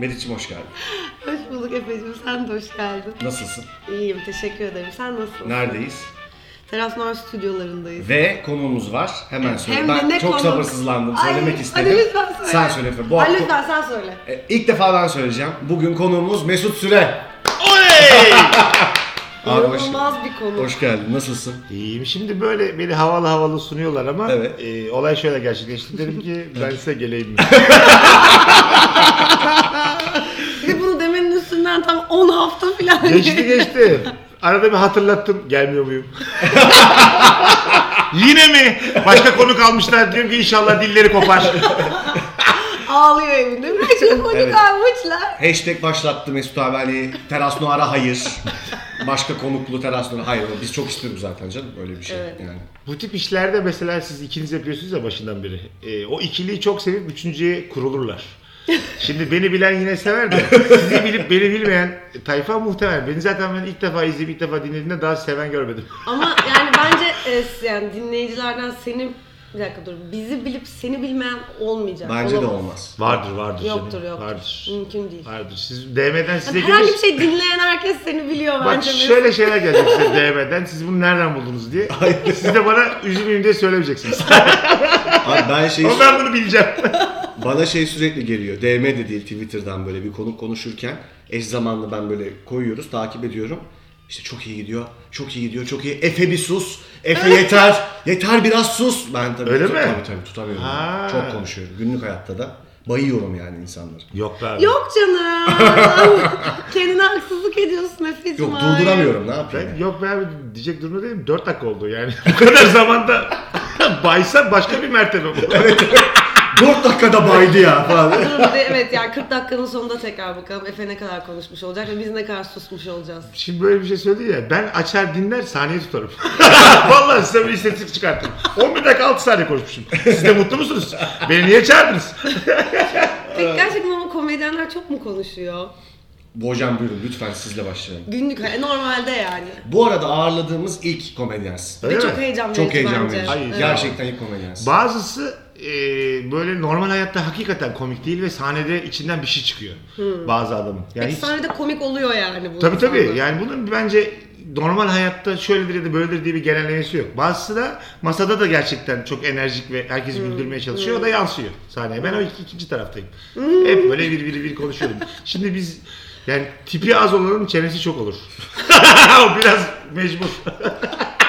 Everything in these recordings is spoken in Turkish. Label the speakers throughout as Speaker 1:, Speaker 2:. Speaker 1: Meriç'im hoş geldin.
Speaker 2: Hoş bulduk Efe'cim. Sen de hoş geldin.
Speaker 1: Nasılsın?
Speaker 2: İyiyim. Teşekkür ederim. Sen nasılsın?
Speaker 1: Neredeyiz?
Speaker 2: Teras Noir stüdyolarındayız.
Speaker 1: Ve konuğumuz var. Hemen söyle.
Speaker 2: Hem de
Speaker 1: ben
Speaker 2: ne
Speaker 1: çok
Speaker 2: konuk.
Speaker 1: sabırsızlandım.
Speaker 2: Ay,
Speaker 1: Söylemek istedim.
Speaker 2: Hadi lütfen söyle.
Speaker 1: Sen söyle Efe. Bu
Speaker 2: Ay,
Speaker 1: hafta-
Speaker 2: lütfen sen söyle.
Speaker 1: E, İlk defa ben söyleyeceğim. Bugün konuğumuz Mesut Süre.
Speaker 3: Oley!
Speaker 1: Abi hoş,
Speaker 2: İnanılmaz bir konu.
Speaker 1: hoş geldin. Nasılsın?
Speaker 3: İyiyim. Şimdi böyle beni havalı havalı sunuyorlar ama
Speaker 1: Evet.
Speaker 3: e, olay şöyle gerçekleşti. Dedim ki ben size geleyim. mi?
Speaker 2: Bir de bunu demenin üstünden tam 10 hafta falan.
Speaker 3: geçti geçti. Arada bir hatırlattım. Gelmiyor muyum? Yine mi? Başka konu kalmışlar. Diyorum ki inşallah dilleri kopar.
Speaker 2: Ağlıyor evinde. Ne çok komik
Speaker 1: Evet.
Speaker 2: almışlar.
Speaker 1: Hashtag başlattı Mesut abi hani teras Noir'a hayır. Başka konuklu teras Noir'a hayır. Biz çok istiyoruz zaten canım böyle bir şey.
Speaker 2: Evet.
Speaker 1: Yani.
Speaker 3: Bu tip işlerde mesela siz ikiniz yapıyorsunuz ya başından beri. E, o ikiliyi çok sevip üçüncüye kurulurlar. Şimdi beni bilen yine sever de sizi bilip beni bilmeyen tayfa muhtemel. Beni zaten ben ilk defa izleyip ilk defa dinlediğimde daha seven görmedim.
Speaker 2: Ama yani bence e, yani dinleyicilerden seni bir dakika dur. Bizi bilip seni bilmeyen olmayacak.
Speaker 1: Bence de
Speaker 2: Olamaz.
Speaker 1: olmaz.
Speaker 3: Vardır vardır.
Speaker 2: Yoktur
Speaker 3: canım.
Speaker 2: yoktur.
Speaker 3: Vardır.
Speaker 2: Mümkün değil.
Speaker 3: Vardır. Siz DM'den size
Speaker 2: Yani herhangi bir
Speaker 3: gelir.
Speaker 2: şey dinleyen herkes seni biliyor
Speaker 3: Bak
Speaker 2: bence.
Speaker 3: şöyle şeyler gelecek size DM'den. Siz bunu nereden buldunuz diye. Siz de bana üzülmeyeyim diye söylemeyeceksiniz.
Speaker 1: Abi ben şey şeyi
Speaker 3: Ama ben bunu bileceğim.
Speaker 1: Bana şey sürekli geliyor. DM de değil Twitter'dan böyle bir konuk konuşurken eş zamanlı ben böyle koyuyoruz, takip ediyorum. İşte çok iyi gidiyor, çok iyi gidiyor, çok iyi. Efe bir sus, Efe yeter, yeter biraz sus. Ben tabii,
Speaker 3: Öyle
Speaker 1: tut-
Speaker 3: mi?
Speaker 1: tabii, tabii tutamıyorum.
Speaker 3: Ha.
Speaker 1: Çok konuşuyorum günlük hayatta da. Bayıyorum yani insanları.
Speaker 3: Yok be abi.
Speaker 2: Yok canım. Kendine haksızlık ediyorsun Efe'cim.
Speaker 1: Yok
Speaker 2: hayır.
Speaker 1: durduramıyorum ne yapayım.
Speaker 3: Ben,
Speaker 1: yani?
Speaker 3: yok be abi diyecek durumda değilim. 4 dakika oldu yani. Bu kadar zamanda baysa başka bir mertebe bu.
Speaker 1: 4 dakikada baydı ya falan.
Speaker 2: Dur bir de evet yani 40 dakikanın sonunda tekrar bakalım Efe ne kadar konuşmuş olacak ve biz ne kadar susmuş olacağız.
Speaker 3: Şimdi böyle bir şey söyledi ya. Ben açar dinler saniye tutarım. Vallahi size bir istatistik çıkarttım. 11 dakika 6 saniye konuşmuşum. Siz de mutlu musunuz? Beni niye çağırdınız?
Speaker 2: Peki gerçekten ama komedyenler çok mu konuşuyor?
Speaker 1: Bojan buyurun lütfen sizle başlayalım.
Speaker 2: Günlük hay- normalde yani.
Speaker 1: Bu arada ağırladığımız ilk komedyensin.
Speaker 2: Ve
Speaker 3: Öyle
Speaker 2: çok
Speaker 3: mi?
Speaker 2: heyecan verici
Speaker 1: Çok heyecan
Speaker 2: bence.
Speaker 1: verici.
Speaker 3: Hayır,
Speaker 2: Evet.
Speaker 1: Gerçekten ilk komedyensin.
Speaker 3: Bazısı e, böyle normal hayatta hakikaten komik değil ve sahnede içinden bir şey çıkıyor. Bazı adamın. Yani
Speaker 2: Peki
Speaker 3: hiç-
Speaker 2: Hmm. E, sahnede komik oluyor yani bu.
Speaker 3: Tabii tabii.
Speaker 2: insanlar.
Speaker 3: Yani bunun bence normal hayatta şöyledir ya da böyledir diye bir genellemesi yok. Bazısı da masada da gerçekten çok enerjik ve herkesi
Speaker 2: Hmm.
Speaker 3: güldürmeye çalışıyor. O da yansıyor sahneye. Ben o iki- ikinci taraftayım.
Speaker 2: Hmm.
Speaker 3: Hep böyle bir bir bir konuşuyorum. Şimdi biz yani tipi az olanın çenesi çok olur. o biraz mecbur.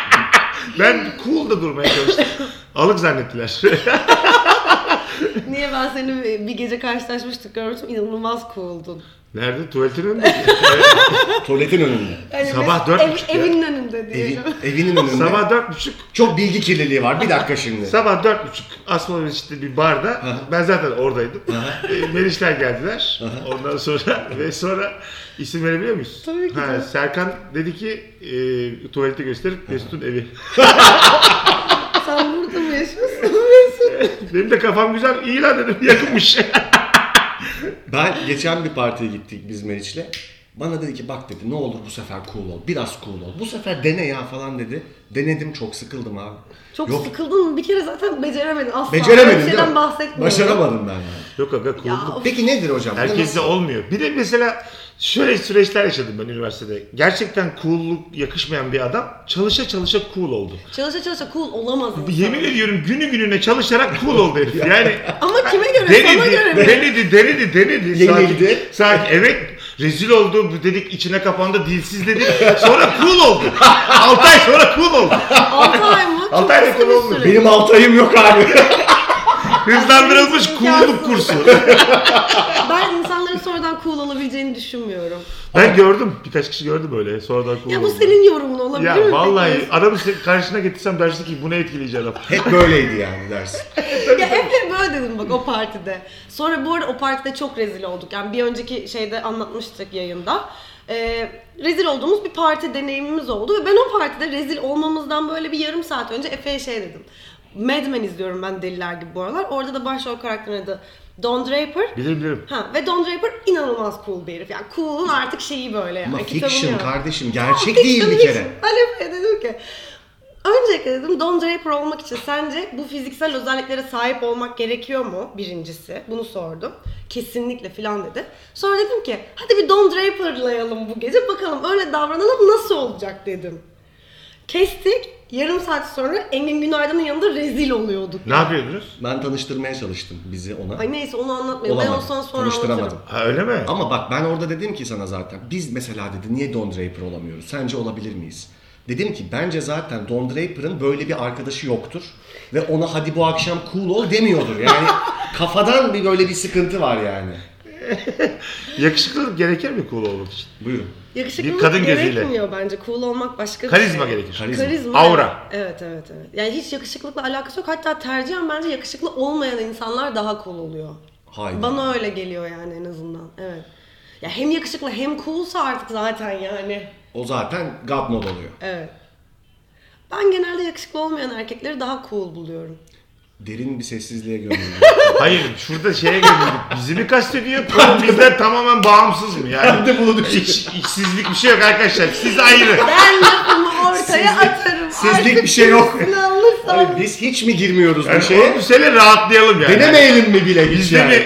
Speaker 3: ben cool da durmaya çalıştım. Alık zannettiler.
Speaker 2: Niye ben seni bir gece karşılaşmıştık görmüştüm inanılmaz cooldun.
Speaker 3: Nerede? Tuvaletin önünde.
Speaker 1: Tuvaletin önünde.
Speaker 2: Yani
Speaker 3: Sabah
Speaker 2: ve-
Speaker 3: dört
Speaker 2: ev-
Speaker 3: buçuk ya.
Speaker 2: Evinin önünde
Speaker 1: Evi,
Speaker 2: diyelim.
Speaker 1: evinin önünde.
Speaker 3: Sabah dört buçuk
Speaker 1: Çok bilgi kirliliği var. Bir dakika şimdi.
Speaker 3: Sabah dört buçuk Asmalı Mescid'de bir barda. Ben zaten oradaydım. E, Melişler geldiler. Ondan sonra ve sonra isim verebiliyor muyuz?
Speaker 2: Tabii ki
Speaker 3: Ha,
Speaker 2: de.
Speaker 3: Serkan dedi ki e, tuvalete gösterip Mesut'un evi.
Speaker 2: Sen burada mı yaşıyorsun Mesut?
Speaker 3: Benim de kafam güzel. İyi lan dedim. Yakınmış.
Speaker 1: Ben geçen bir partiye gittik biz Meriç'le. Bana dedi ki bak dedi ne olur bu sefer cool ol. Biraz cool ol. Bu sefer dene ya falan dedi. Denedim çok sıkıldım abi.
Speaker 2: Çok
Speaker 1: Yok,
Speaker 2: sıkıldın mı? Bir kere zaten beceremedin asla.
Speaker 1: Beceremedim
Speaker 2: Bir
Speaker 1: değil mi?
Speaker 2: şeyden bahsetmiyorum.
Speaker 1: Başaramadım ben yani.
Speaker 3: Yok aga
Speaker 2: Ya,
Speaker 3: kurulduk.
Speaker 1: Peki nedir hocam? Bu da
Speaker 3: Herkeste
Speaker 1: nasıl-
Speaker 3: olmuyor. Bir de mesela şöyle süreçler yaşadım ben üniversitede. Gerçekten cool'luk yakışmayan bir adam çalışa çalışa cool oldu.
Speaker 2: Çalışa çalışa cool olamaz. insan.
Speaker 3: Yemin ediyorum günü gününe çalışarak cool oldu herif. Yani
Speaker 2: Ama kime göre? Sana göre mi?
Speaker 3: Denedi, denedi, denedi, denedi.
Speaker 1: Yenildi.
Speaker 3: Sakin, sakin. Evet, rezil oldu. Bu Dedik içine kapandı, dilsiz dedik. Sonra cool oldu. 6 ay sonra cool oldu.
Speaker 2: 6 ay mı? Çok
Speaker 3: Altı ay
Speaker 2: kısa
Speaker 3: rekor
Speaker 2: bir
Speaker 3: olmuyor.
Speaker 2: süre.
Speaker 1: Benim altayım yok abi.
Speaker 3: Hızlandırılmış cool'luk kursu.
Speaker 2: Ben insanların sonradan cool olabileceğini düşünmüyorum.
Speaker 3: Ben gördüm. Birkaç kişi gördü böyle. Sonradan cool
Speaker 2: Ya bu
Speaker 3: oldu.
Speaker 2: senin yorumun olabilir mi?
Speaker 3: Ya
Speaker 2: peki?
Speaker 3: vallahi adamı se- karşına getirsem dersin ki bu ne etkileyici adam.
Speaker 1: Hep böyleydi yani dersin.
Speaker 2: ya hep böyle dedim bak o partide. Sonra bu arada o partide çok rezil olduk. Yani bir önceki şeyde anlatmıştık yayında. Ee, rezil olduğumuz bir parti deneyimimiz oldu ve ben o partide rezil olmamızdan böyle bir yarım saat önce Efe'ye şey dedim. Mad Men izliyorum ben deliler gibi bu aralar. Orada da başrol karakterin adı Don Draper.
Speaker 3: Bilirim bilirim.
Speaker 2: Ha, ve Don Draper inanılmaz cool bir herif. Yani cool'un artık şeyi böyle yani.
Speaker 1: Ama
Speaker 2: kitabını
Speaker 1: fiction
Speaker 2: yazmış.
Speaker 1: kardeşim gerçek
Speaker 2: Fiction,
Speaker 1: değil bir
Speaker 2: fiction.
Speaker 1: kere.
Speaker 2: Ben hep dedim E, ki Öncelikle dedim Don Draper olmak için sence bu fiziksel özelliklere sahip olmak gerekiyor mu? Birincisi. Bunu sordum. Kesinlikle filan dedi. Sonra dedim ki hadi bir Don Draper'layalım bu gece bakalım öyle davranalım nasıl olacak dedim. Kestik. Yarım saat sonra Engin Günaydın'ın yanında rezil oluyorduk.
Speaker 3: Ne yapıyordunuz?
Speaker 1: Ben tanıştırmaya çalıştım bizi ona.
Speaker 2: Ay neyse onu anlatmayayım. Ben
Speaker 1: Olamadı.
Speaker 2: olsan sonra
Speaker 1: Tanıştıramadım.
Speaker 2: anlatırım.
Speaker 3: Ha öyle mi?
Speaker 1: Ama bak ben orada dedim ki sana zaten. Biz mesela dedi niye Don Draper olamıyoruz? Sence olabilir miyiz? Dedim ki bence zaten Don Draper'ın böyle bir arkadaşı yoktur. Ve ona hadi bu akşam cool ol demiyordur. Yani kafadan bir böyle bir sıkıntı var yani.
Speaker 3: Yakışıklılık gerekir mi cool olmak için?
Speaker 1: Buyurun.
Speaker 2: Yakışıklılık
Speaker 3: Bir kadın gözüyle.
Speaker 2: gerekmiyor bence. Cool olmak başka bir
Speaker 3: Karizma
Speaker 2: şey.
Speaker 3: gerekir.
Speaker 1: Karizma.
Speaker 2: Karizma.
Speaker 3: Aura.
Speaker 2: Evet evet evet. Yani hiç yakışıklıkla alakası yok. Hatta tercihen bence yakışıklı olmayan insanlar daha cool oluyor.
Speaker 1: Haydi.
Speaker 2: Bana öyle geliyor yani en azından. Evet. Ya hem yakışıklı hem coolsa artık zaten yani.
Speaker 1: O zaten God mode oluyor.
Speaker 2: Evet. Ben genelde yakışıklı olmayan erkekleri daha cool buluyorum.
Speaker 1: Derin bir sessizliğe gömüldüm.
Speaker 3: Hayır şurada şeye geldik. Bizi mi kastediyor? Cool bizden tamamen bağımsız mı? Yani
Speaker 1: de bunu
Speaker 3: iş, işsizlik bir şey yok arkadaşlar. Siz ayrı.
Speaker 2: Ben lafımı ortaya atarım.
Speaker 1: sizlik
Speaker 2: Artık
Speaker 1: bir şey yok.
Speaker 2: birisini alırsam-
Speaker 1: Hayır, biz hiç mi girmiyoruz bu
Speaker 3: Yani
Speaker 1: şeye?
Speaker 3: oğlum söyle rahatlayalım yani.
Speaker 1: Denemeyelim mi bile hiç
Speaker 3: Bizde
Speaker 1: şey- yani?
Speaker 3: mi?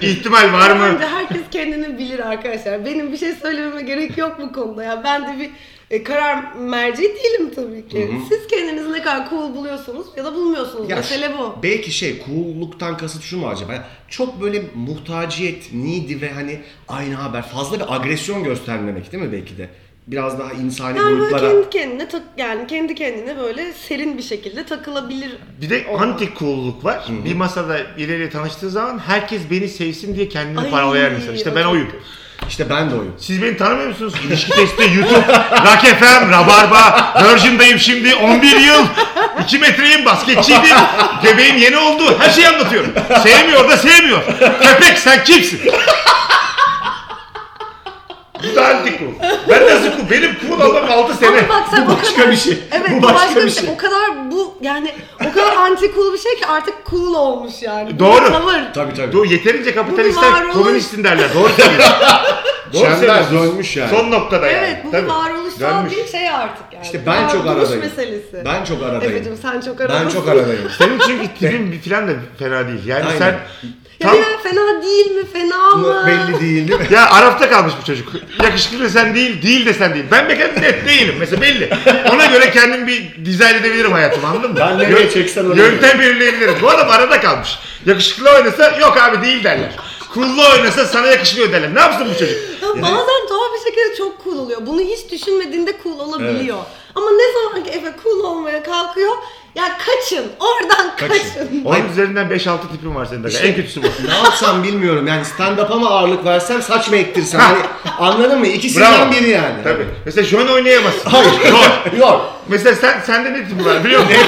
Speaker 3: ihtimal var mı?
Speaker 2: Bence herkes kendini bilir arkadaşlar. Benim bir şey söylememe gerek yok bu konuda ya. Ben de bir e, karar merci değilim tabii ki. Siz kendinizi ne kadar cool buluyorsunuz ya da bulmuyorsunuz.
Speaker 1: Ya
Speaker 2: Mesele bu.
Speaker 1: Belki şey cool'luktan kasıt şu mu acaba? Çok böyle muhtaciyet, needy ve hani aynı haber fazla bir agresyon göstermemek değil mi belki de? Biraz daha insani
Speaker 2: Yani böyle
Speaker 1: boyutlara.
Speaker 2: kendi kendine tak- yani kendi kendine böyle serin bir şekilde takılabilir.
Speaker 3: Bir de anti cool'luk var. Bir masada ileriye tanıştığı zaman herkes beni sevsin diye kendini
Speaker 2: Ay,
Speaker 3: paralayan insan. İşte
Speaker 2: o
Speaker 3: ben
Speaker 2: çok
Speaker 3: oyum.
Speaker 2: kötü.
Speaker 1: İşte ben de oyum.
Speaker 3: Siz beni tanımıyor musunuz? İlişki testi, YouTube, Rock FM, Rabarba, Virgin'dayım şimdi 11 yıl, 2 metreyim, basketçiydim, göbeğim yeni oldu, her şeyi anlatıyorum. Sevmiyor da sevmiyor. Köpek sen kimsin? Bu da antikul. Ben nasıl cool? Benim cool olmam 6 sene.
Speaker 2: Ama bak sen
Speaker 1: Bu
Speaker 2: o
Speaker 1: başka
Speaker 2: kadar-
Speaker 1: bir şey.
Speaker 2: Evet,
Speaker 1: Bu
Speaker 2: bu
Speaker 1: başka
Speaker 2: başka,
Speaker 1: bir
Speaker 2: bir şey.
Speaker 1: şey.
Speaker 2: O kadar bu yani o kadar anti cool bir şey ki artık cool olmuş yani. Bu
Speaker 3: Doğru.
Speaker 2: bir Tavır.
Speaker 1: Tabii tabii.
Speaker 3: Do yeterince
Speaker 2: Bunun
Speaker 3: kapitalistler
Speaker 2: varoluş-
Speaker 3: komünistin derler. Doğru söylüyorsun. Doğru
Speaker 1: Çember
Speaker 3: söylüyorsun.
Speaker 1: dönmüş yani.
Speaker 3: Son noktada yani.
Speaker 2: Evet bu
Speaker 3: Tabii.
Speaker 2: bir varoluşsal
Speaker 3: Dönmüş.
Speaker 2: bir şey artık yani.
Speaker 1: İşte ben çok
Speaker 2: Varoluş
Speaker 1: aradayım.
Speaker 2: meselesi.
Speaker 1: Ben çok aradayım.
Speaker 2: Efe'cim sen çok aradasın.
Speaker 1: ben çok aradayım.
Speaker 3: Senin çünkü tipin bir filan da fena değil. Yani
Speaker 1: Aynen.
Speaker 3: sen
Speaker 2: Ya
Speaker 3: tam
Speaker 2: ben fena değil mi? Fena mı?
Speaker 1: Belli değil değil mi?
Speaker 3: ya Arap'ta kalmış bu çocuk. Yakışıklı da sen değil, değil de sen değil. Ben mekan net değilim mesela belli. Ona göre kendim bir dizayn edebilirim hayatımı anladın mı?
Speaker 1: Ben nereye
Speaker 3: Yön-
Speaker 1: çeksen oraya.
Speaker 3: Yöntem belirleyebilirim. Bu adam arada kalmış. Yakışıklı oynasa yok abi değil derler. Kullu oynasa sana yakışmıyor derler. Ne yapsın bu çocuk?
Speaker 2: Ya bazen tuhaf bir şekilde çok cool oluyor. Bunu hiç düşünmediğinde cool olabiliyor. Ama ne zaman ki Efe cool olmaya kalkıyor ya kaçın. Oradan kaçın.
Speaker 1: Kaçın.
Speaker 3: Onun üzerinden 5-6 tipim var senin de. En kötüsü bu.
Speaker 1: Ne yapsam bilmiyorum yani stand-up'a mı ağırlık versem saç mı ektirsem hani anladın mı? İkisinden
Speaker 3: Bravo.
Speaker 1: biri yani.
Speaker 3: Tabii. Mesela John oynayamazsın.
Speaker 1: Hayır.
Speaker 3: Zor.
Speaker 1: Yok.
Speaker 3: Mesela sen sende ne tipi var biliyor musun?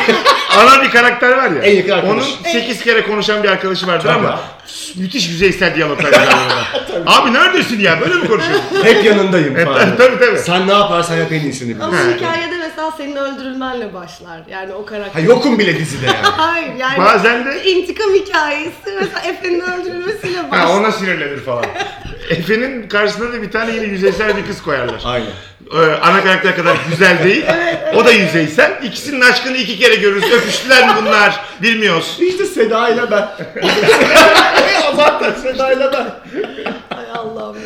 Speaker 3: Ana bir karakter var ya.
Speaker 1: En yakın arkadaş.
Speaker 3: Onun 8 kere konuşan bir arkadaşı vardır
Speaker 1: Tabii.
Speaker 3: ama müthiş yüzeysel diyaloglar yazar orada. Abi neredesin ya? Böyle mi konuşuyorsun?
Speaker 1: Hep yanındayım falan.
Speaker 3: tabii, tabii.
Speaker 1: Sen ne yaparsan yap en iyisini bil.
Speaker 2: Ama
Speaker 3: Ha.
Speaker 2: hikayede mesela senin öldürülmenle başlar. Yani o
Speaker 1: Ha
Speaker 2: karakter.
Speaker 1: yokum bile dizide yani.
Speaker 2: Hayır yani
Speaker 3: Bazen de-
Speaker 2: intikam hikayesi mesela Efe'nin öldürülmesiyle başlar.
Speaker 3: Ha, ona sinirlenir falan. Efe'nin karşısına da bir tane yine yüzeysel bir kız koyarlar.
Speaker 1: Aynen.
Speaker 3: Ee, ana karakter kadar güzel değil. O da yüzeysel. İkisinin aşkını iki kere görürüz. Öpüştüler mi bunlar? Bilmiyoruz.
Speaker 1: İşte Seda ile ben. Zaten Seda ile ben.
Speaker 2: Ay Allah'ım ya.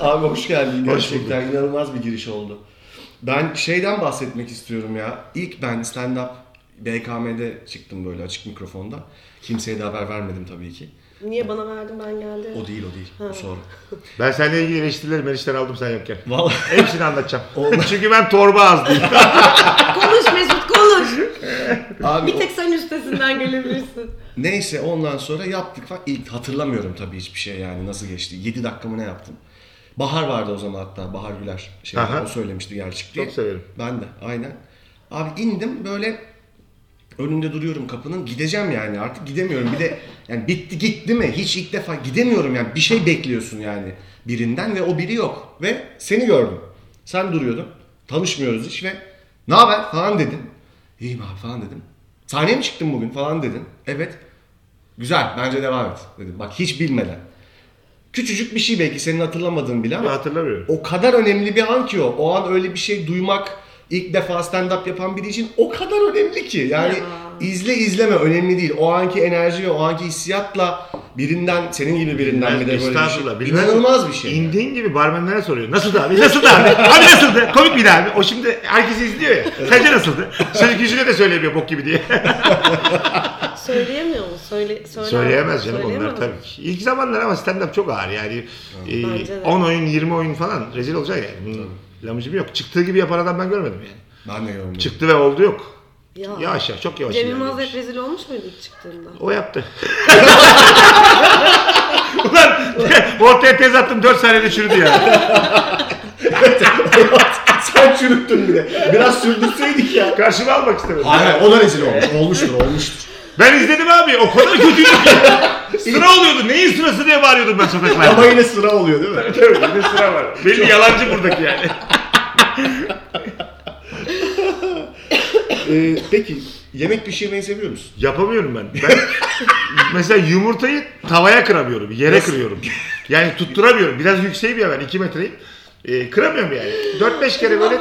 Speaker 1: Abi hoş geldin.
Speaker 3: Hoş
Speaker 1: Gerçekten inanılmaz bir giriş oldu. Ben şeyden bahsetmek istiyorum ya. İlk ben stand-up BKM'de çıktım böyle açık mikrofonda. Kimseye de haber vermedim tabii ki.
Speaker 2: Niye bana verdin ben geldim.
Speaker 1: O değil o değil. O sonra.
Speaker 3: Ben seninle ilgili eleştirileri Meriç'ten aldım sen yokken.
Speaker 1: Vallahi
Speaker 3: Hepsini anlatacağım. Çünkü ben torba ağzlıyım.
Speaker 2: Konuş Mesut konuş.
Speaker 1: abi
Speaker 2: Bir tek sen üstesinden gelebilirsin.
Speaker 1: Neyse ondan sonra yaptık falan. İlk hatırlamıyorum tabii hiçbir şey yani nasıl geçti. 7 dakikamı ne yaptım? Bahar vardı o zaman hatta Bahar Güler. Şey,
Speaker 3: Aha.
Speaker 1: o söylemişti gerçek diye.
Speaker 3: Çok severim.
Speaker 1: Ben de aynen. Abi indim böyle önünde duruyorum kapının. Gideceğim yani artık gidemiyorum. Bir de yani bitti gitti mi? Hiç ilk defa gidemiyorum yani. Bir şey bekliyorsun yani birinden ve o biri yok. Ve seni gördüm. Sen duruyordun. Tanışmıyoruz hiç ve ne haber falan dedin. İyiyim abi falan dedim. Sahneye mi çıktın bugün falan dedin. Evet. Güzel bence devam et dedim. Bak hiç bilmeden. Küçücük bir şey belki senin hatırlamadığın bile ama
Speaker 3: Hatırlamıyorum.
Speaker 1: o kadar önemli bir an ki o. O an öyle bir şey duymak, ilk defa stand-up yapan biri için o kadar önemli ki. Yani
Speaker 2: Ya.
Speaker 1: izle izleme önemli değil. O anki enerji ve o anki hissiyatla birinden, senin gibi birinden bir de böyle bir
Speaker 3: Estağfurullah.
Speaker 1: şey.
Speaker 3: bilmem.
Speaker 1: İnanılmaz bir şey.
Speaker 3: İndiğin gibi barmenlere soruyor. Nasıldı abi? Nasıldı abi? Abi nasıldı? Komik miydi abi? O şimdi herkesi izliyor ya. Sence nasıldı? Çocuk yüzüne de söyleyemiyor bok gibi diye.
Speaker 2: Söyleyemiyor mu? Söyle, söyle,
Speaker 3: Söyleyemez canım
Speaker 2: söyleyemez
Speaker 3: onlar
Speaker 2: mi?
Speaker 3: tabii ki. İlk zamanlar ama stand-up çok ağır yani. e,
Speaker 2: Bence de.
Speaker 3: 10 oyun 20 oyun falan rezil olacak yani. Hmm. Lamucum yok. Çıktığı gibi yapan adam ben görmedim yani.
Speaker 1: Ben de yorumluyorum.
Speaker 3: Çıktı ve oldu yok.
Speaker 2: Ya.
Speaker 3: Yavaş yavaş çok yavaş.
Speaker 2: Cem Yılmaz
Speaker 3: ilerliyormuş.
Speaker 2: hep rezil olmuş muydu ilk çıktığında?
Speaker 3: O yaptı. Ulan ortaya tez attım 4 saniyede çürüdü ya.
Speaker 1: Sen çürüttün bile. Biraz sürdürseydik ya.
Speaker 3: Karşıma almak istemedim.
Speaker 1: Hayır o da rezil olmuş. Olmuştur olmuştur.
Speaker 3: Ben izledim abi o kadar kötüydü ki. Sıra oluyordu. Neyin sırası diye bağırıyordum ben sokaklarda.
Speaker 1: Ama yine sıra oluyor değil mi?
Speaker 3: Tabii bir de sıra var. Belli yalancı buradaki yani.
Speaker 1: Ee, peki yemek pişirmeyi seviyor musun?
Speaker 3: Yapamıyorum ben. Ben mesela yumurtayı tavaya kıramıyorum. Yere kırıyorum. Yani tutturamıyorum. Biraz yükseğim ya ben 2 metreyim. Ee, kıramıyorum yani. 4-5 kere böyle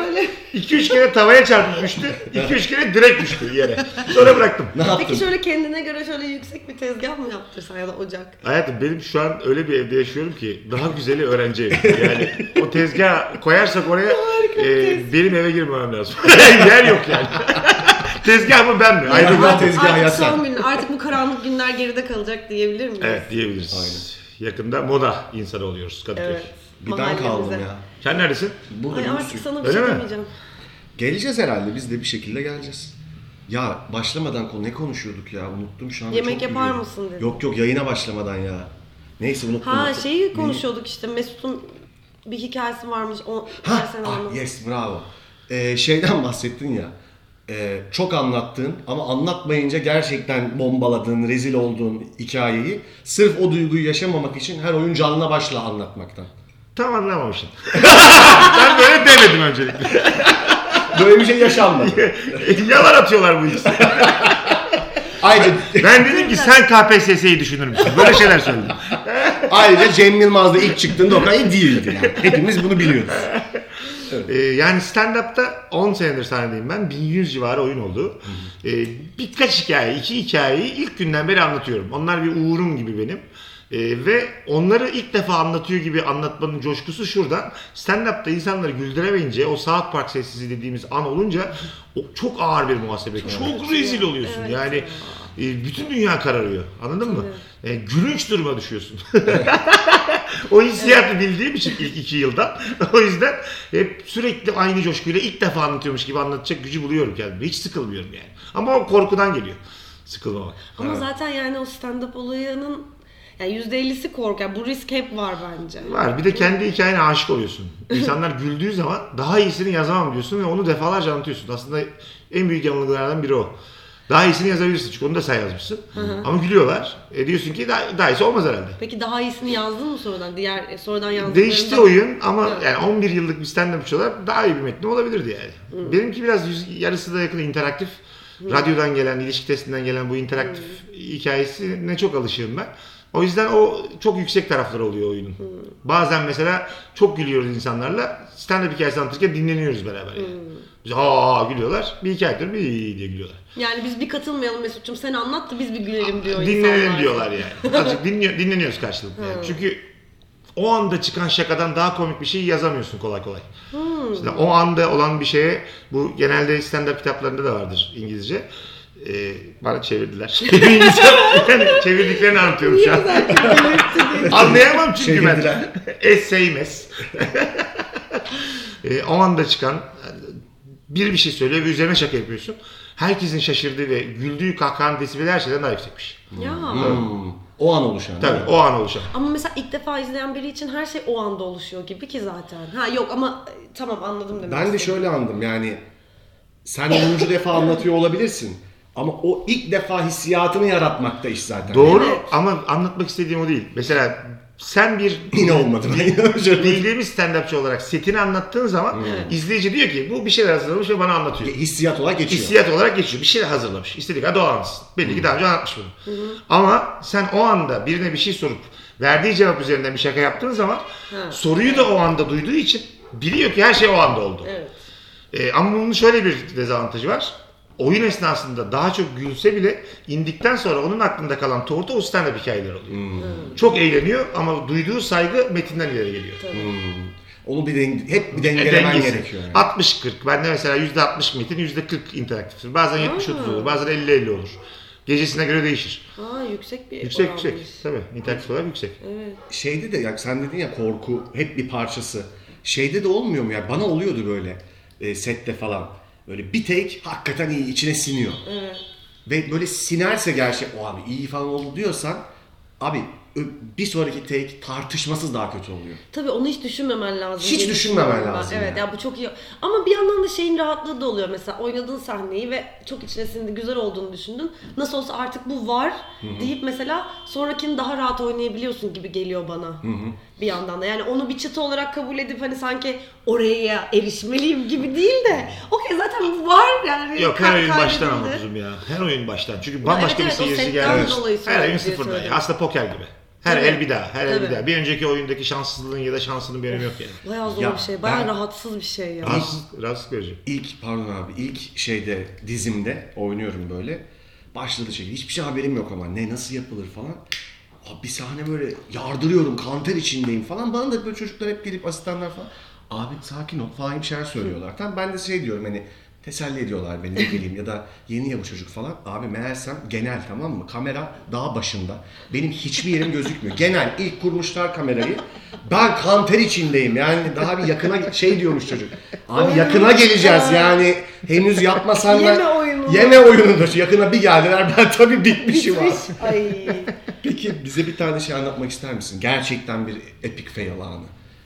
Speaker 3: 2-3 kere tavaya çarpıp düştü. 2-3 kere direkt düştü yere. Sonra bıraktım.
Speaker 1: Ne yaptın?
Speaker 2: Peki şöyle kendine göre şöyle yüksek bir tezgah mı yaptırsan ya da ocak?
Speaker 3: Hayatım benim şu an öyle bir evde yaşıyorum ki daha güzeli öğrenci evi. Yani o tezgah koyarsak oraya
Speaker 2: Harika bir
Speaker 3: e,
Speaker 2: tezgah.
Speaker 3: benim eve girmemem lazım. Yer yok yani. tezgah mı ben mi? Ayrı
Speaker 1: Hayvan
Speaker 3: bir-
Speaker 1: tezgahı
Speaker 2: artık
Speaker 1: yasak.
Speaker 2: son gün, artık bu karanlık günler geride kalacak diyebilir miyiz?
Speaker 3: Evet diyebiliriz. Yakında moda insanı oluyoruz Kadıköy.
Speaker 2: Evet.
Speaker 1: Birden kaldım ya.
Speaker 3: Sen neredesin?
Speaker 1: Burada
Speaker 2: Ay
Speaker 1: bir
Speaker 2: artık
Speaker 1: sürü-
Speaker 2: sana bir
Speaker 3: Öyle
Speaker 2: şey
Speaker 3: mi?
Speaker 2: demeyeceğim.
Speaker 1: Geleceğiz herhalde biz de bir şekilde geleceğiz. Ya başlamadan konu ne konuşuyorduk ya unuttum şu an.
Speaker 2: Yemek
Speaker 1: çok
Speaker 2: yapar
Speaker 1: gülüyorum.
Speaker 2: mısın dedim.
Speaker 1: Yok yok yayına başlamadan ya. Neyse unuttum.
Speaker 2: Ha
Speaker 1: unuttum.
Speaker 2: şeyi
Speaker 1: Neyi-
Speaker 2: konuşuyorduk işte Mesut'un bir hikayesi varmış. O,
Speaker 1: Ha,
Speaker 2: sen
Speaker 1: ah,
Speaker 2: anlat.
Speaker 1: yes bravo. Ee, şeyden bahsettin ya. Ee, çok anlattığın ama anlatmayınca gerçekten bombaladığın, rezil olduğun hikayeyi sırf o duyguyu yaşamamak için her oyun canına başla anlatmaktan.
Speaker 3: Tam anlamamışım. ben böyle demedim öncelikle.
Speaker 1: Böyle bir şey yaşanmadı.
Speaker 3: Yalan atıyorlar bu ikisi.
Speaker 1: Ayrıca,
Speaker 3: Ben dedim ki sen KPSS'yi düşünür müsün? Böyle şeyler söyledim.
Speaker 1: ayrıca Cem Yılmaz da ilk çıktığında o kadar iyi değildi. Yani. Hepimiz bunu biliyoruz.
Speaker 3: Ee, yani stand-up'ta 10 senedir sahnedeyim ben. 1100 civarı oyun oldu. Ee, birkaç hikaye, iki hikayeyi ilk günden beri anlatıyorum. Onlar bir uğurum gibi benim. Ee, ve onları ilk defa anlatıyor gibi anlatmanın coşkusu şuradan. Stand-up'ta insanları güldüremeyince, o saat park sessizliği dediğimiz an olunca o çok ağır bir muhasebe. Çok rezil oluyorsun.
Speaker 2: Evet.
Speaker 3: Yani e, bütün dünya kararıyor. Anladın mı? E, gülünç duruma düşüyorsun. O hissiyatı bildiğim için ilk iki yıldan. O yüzden hep sürekli aynı coşkuyla ilk defa anlatıyormuş gibi anlatacak gücü buluyorum kendime. Hiç sıkılmıyorum yani. Ama o korkudan geliyor. Sıkılmamak.
Speaker 2: Ama
Speaker 1: Evet.
Speaker 2: zaten yani o stand-up olayının yani %50'si korku. Yani bu risk hep var bence.
Speaker 3: Var. Bir de kendi hikayene aşık oluyorsun. İnsanlar güldüğü zaman daha iyisini yazamam diyorsun ve onu defalarca anlatıyorsun. Aslında en büyük yanılgılardan biri o. Daha iyisini yazabilirsin çünkü onu da sen yazmışsın. Ama gülüyorlar. E diyorsun ki daha, daha iyisi olmaz herhalde.
Speaker 2: Peki daha iyisini yazdın mı sonradan? Diğer e, sonradan yazdın.
Speaker 3: Değişti oyun ama
Speaker 2: Evet.
Speaker 3: yani 11 yıllık bir stand-upçı olarak daha iyi bir metni olabilirdi yani. Benimki biraz yüz, yarısı da yakın interaktif. Radyodan gelen, ilişki testinden gelen bu interaktif hikayesine çok alışığım ben. O yüzden o çok yüksek tarafları oluyor oyunun. Bazen mesela çok gülüyoruz insanlarla. Stand-up hikayesi anlatırken dinleniyoruz beraber yani. Biz, Aa gülüyorlar. Bir hikaye diyorum iyi diye gülüyorlar.
Speaker 2: Yani biz bir katılmayalım Mesut'cum sen anlat da biz bir gülelim diyor
Speaker 3: Dinlenelim
Speaker 2: insanlar.
Speaker 3: diyorlar yani. Azıcık dinliyor, dinleniyoruz karşılıklı. yani. Çünkü o anda çıkan şakadan daha komik bir şey yazamıyorsun kolay kolay. İşte o anda olan bir şeye bu genelde stand-up kitaplarında da vardır İngilizce. Ee, bana çevirdiler. İngilizce yani çevirdiklerini anlatıyorum şu an. Anlayamam çünkü ben.
Speaker 1: Çevirdiler.
Speaker 3: Esseymes. e, o anda çıkan bir bir şey söylüyor ve üzerine şaka yapıyorsun. Herkesin şaşırdığı ve güldüğü kahkahanın desibeli her şeyden daha yüksekmiş.
Speaker 2: Ya.
Speaker 1: Hmm. O an oluşan. değil mi?
Speaker 3: Tabii o an oluşan.
Speaker 2: Ama mesela ilk defa izleyen biri için her şey o anda oluşuyor gibi ki zaten. Ha yok ama e, tamam anladım demek
Speaker 1: Ben de
Speaker 2: istedim.
Speaker 1: şöyle anladım yani sen 10. defa anlatıyor olabilirsin ama o ilk defa hissiyatını yaratmakta iş zaten.
Speaker 3: Doğru
Speaker 2: Evet.
Speaker 3: ama anlatmak istediğim o değil. Mesela sen bir
Speaker 1: Yine olmadı. Ben yine şöyle-
Speaker 3: bildiğimiz stand-upçı olarak setini anlattığın zaman izleyici diyor ki bu bir şeyler hazırlamış ve bana anlatıyor.
Speaker 1: Hissiyat olarak geçiyor.
Speaker 3: Hissiyat olarak geçiyor. Bir şeyler hazırlamış. İstediği kadar o anlatsın. Belli ki daha önce anlatmış bunu. Ama sen o anda birine bir şey sorup verdiği cevap üzerinden bir şaka yaptığın zaman soruyu da o anda duyduğu için biliyor ki her şey o anda oldu.
Speaker 2: Evet.
Speaker 3: E, ama bunun şöyle bir dezavantajı var. Oyun esnasında daha çok gülse bile indikten sonra onun aklında kalan tortu o stand-up hikayeler oluyor. Çok eğleniyor ama duyduğu saygı metinden ileri geliyor.
Speaker 1: Onu bir denge, hep bir
Speaker 3: E,
Speaker 1: dengelemen
Speaker 3: dengesi.
Speaker 1: gerekiyor. Yani.
Speaker 3: 60-40. Bende mesela %60 metin, %40 interaktif. Bazen 70-30 olur, bazen 50-50 olur. Gecesine göre değişir.
Speaker 2: Aa yüksek bir
Speaker 3: Yüksek
Speaker 2: oranmış.
Speaker 3: yüksek. Tabii interaktif olarak yüksek.
Speaker 1: Şeyde de ya sen dedin ya korku hep bir parçası. Şeyde de olmuyor mu ya? Bana oluyordu böyle e, sette falan. Böyle bir take hakikaten iyi içine siniyor. Ve böyle sinerse gerçek o abi iyi falan oldu diyorsan abi ö- bir sonraki take tartışmasız daha kötü oluyor.
Speaker 2: Tabii onu hiç düşünmemen lazım.
Speaker 1: Hiç
Speaker 2: diye
Speaker 1: düşünmemen
Speaker 2: düşünüyorum ben.
Speaker 1: lazım
Speaker 2: Evet
Speaker 1: yani.
Speaker 2: ya bu çok iyi. Ama bir yandan da şeyin rahatlığı da oluyor mesela oynadığın sahneyi ve çok içine sindi güzel olduğunu düşündün. Nasıl olsa artık bu var deyip mesela sonrakini daha rahat oynayabiliyorsun gibi geliyor bana. Bir yandan da yani onu bir çıtı olarak kabul edip hani sanki oraya erişmeliyim gibi değil de okey zaten bu var yani.
Speaker 3: Yok her oyun
Speaker 2: Kahkaha
Speaker 3: baştan
Speaker 2: edildi.
Speaker 3: ama kuzum ya. Her oyun baştan. Çünkü bambaşka
Speaker 2: evet,
Speaker 3: bir
Speaker 2: evet, o
Speaker 3: seyirci
Speaker 2: setten dolayı
Speaker 3: geldi. Her oyun
Speaker 2: söylüyorum diye
Speaker 3: sıfırdan.
Speaker 2: söyledim.
Speaker 3: ya. Aslında poker gibi. Her
Speaker 2: Tabii.
Speaker 3: el bir daha, her el bir
Speaker 2: Tabii.
Speaker 3: daha. Bir önceki oyundaki şanssızlığın ya da şansının bir önemi yok yani.
Speaker 2: Bayağı zor
Speaker 1: Ya
Speaker 2: bir şey. Bayağı
Speaker 1: ben-
Speaker 2: rahatsız bir şey ya.
Speaker 3: Rahatsız, rahatsız görücü.
Speaker 1: İlk pardon abi ilk şeyde dizimde oynuyorum böyle. Başladı şey. Hiçbir şey haberim yok ama ne nasıl yapılır falan. Abi bir sahne böyle yardırıyorum kanter içindeyim falan. Bana da böyle çocuklar hep gelip asistanlar falan. Abi sakin ol falan bir şeyler söylüyorlar. Tamam ben de şey diyorum hani teselli ediyorlar beni ne bileyim ya da yeni ya bu çocuk falan. Abi meğersem genel tamam mı? Kamera daha başında. Benim hiçbir yerim gözükmüyor. Genel ilk kurmuşlar kamerayı. Ben kanter içindeyim yani daha bir yakına şey diyormuş çocuk. Abi yakına geleceğiz yani henüz yapmasan da
Speaker 2: Yeme oyununu.
Speaker 1: yeme oyunudur. Yakına bir geldiler ben tabii bitmişim abi.
Speaker 2: Bitmiş. Ay.
Speaker 1: Peki bize bir tane şey anlatmak ister misin? Gerçekten bir epic fail anı.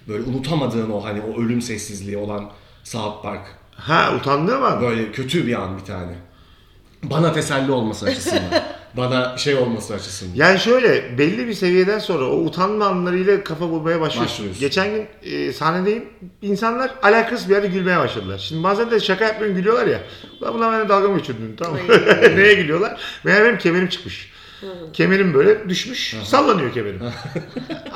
Speaker 1: Böyle unutamadığın o hani o ölüm sessizliği olan South Park.
Speaker 3: Ha utandığım an.
Speaker 1: Böyle kötü bir an bir tane. Bana teselli olması açısından. Bana şey olması açısından.
Speaker 3: Yani şöyle belli bir seviyeden sonra o utanma anlarıyla kafa bulmaya başlıyorsun.
Speaker 1: Başlıyorsun.
Speaker 3: Geçen gün e, sahnedeyim. insanlar alakasız bir yerde gülmeye başladılar. Şimdi bazen de şaka yapmıyorum gülüyorlar ya. Ulan buna ben de dalga mı geçirdin tamam mı? Neye gülüyorlar? Meğer benim kemerim çıkmış. Kemerim böyle düşmüş. Sallanıyor kemerim.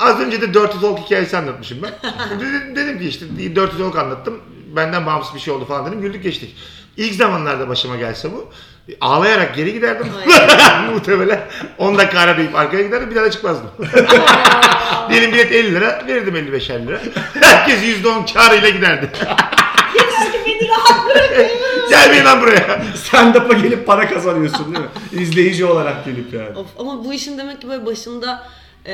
Speaker 3: Az önce de 400 Hulk hikayesi anlatmışım ben. dedim, dedim ki işte 400 Hulk anlattım. Benden bağımsız bir şey oldu falan dedim. Güldük geçtik. İlk zamanlarda başıma gelse bu ağlayarak geri giderdim. Muhtemelen 10 dakika ara deyip arkaya giderdim bir daha da çıkmazdım. Benim bilet 50 lira verirdim 55'er lira. Herkes %10 karıyla giderdi.
Speaker 2: Beni rahat
Speaker 3: Gelmeyin lan buraya.
Speaker 1: Stand-up'a gelip para kazanıyorsun değil mi? İzleyici olarak gelip yani.
Speaker 2: Of, ama bu işin demek ki böyle başında e,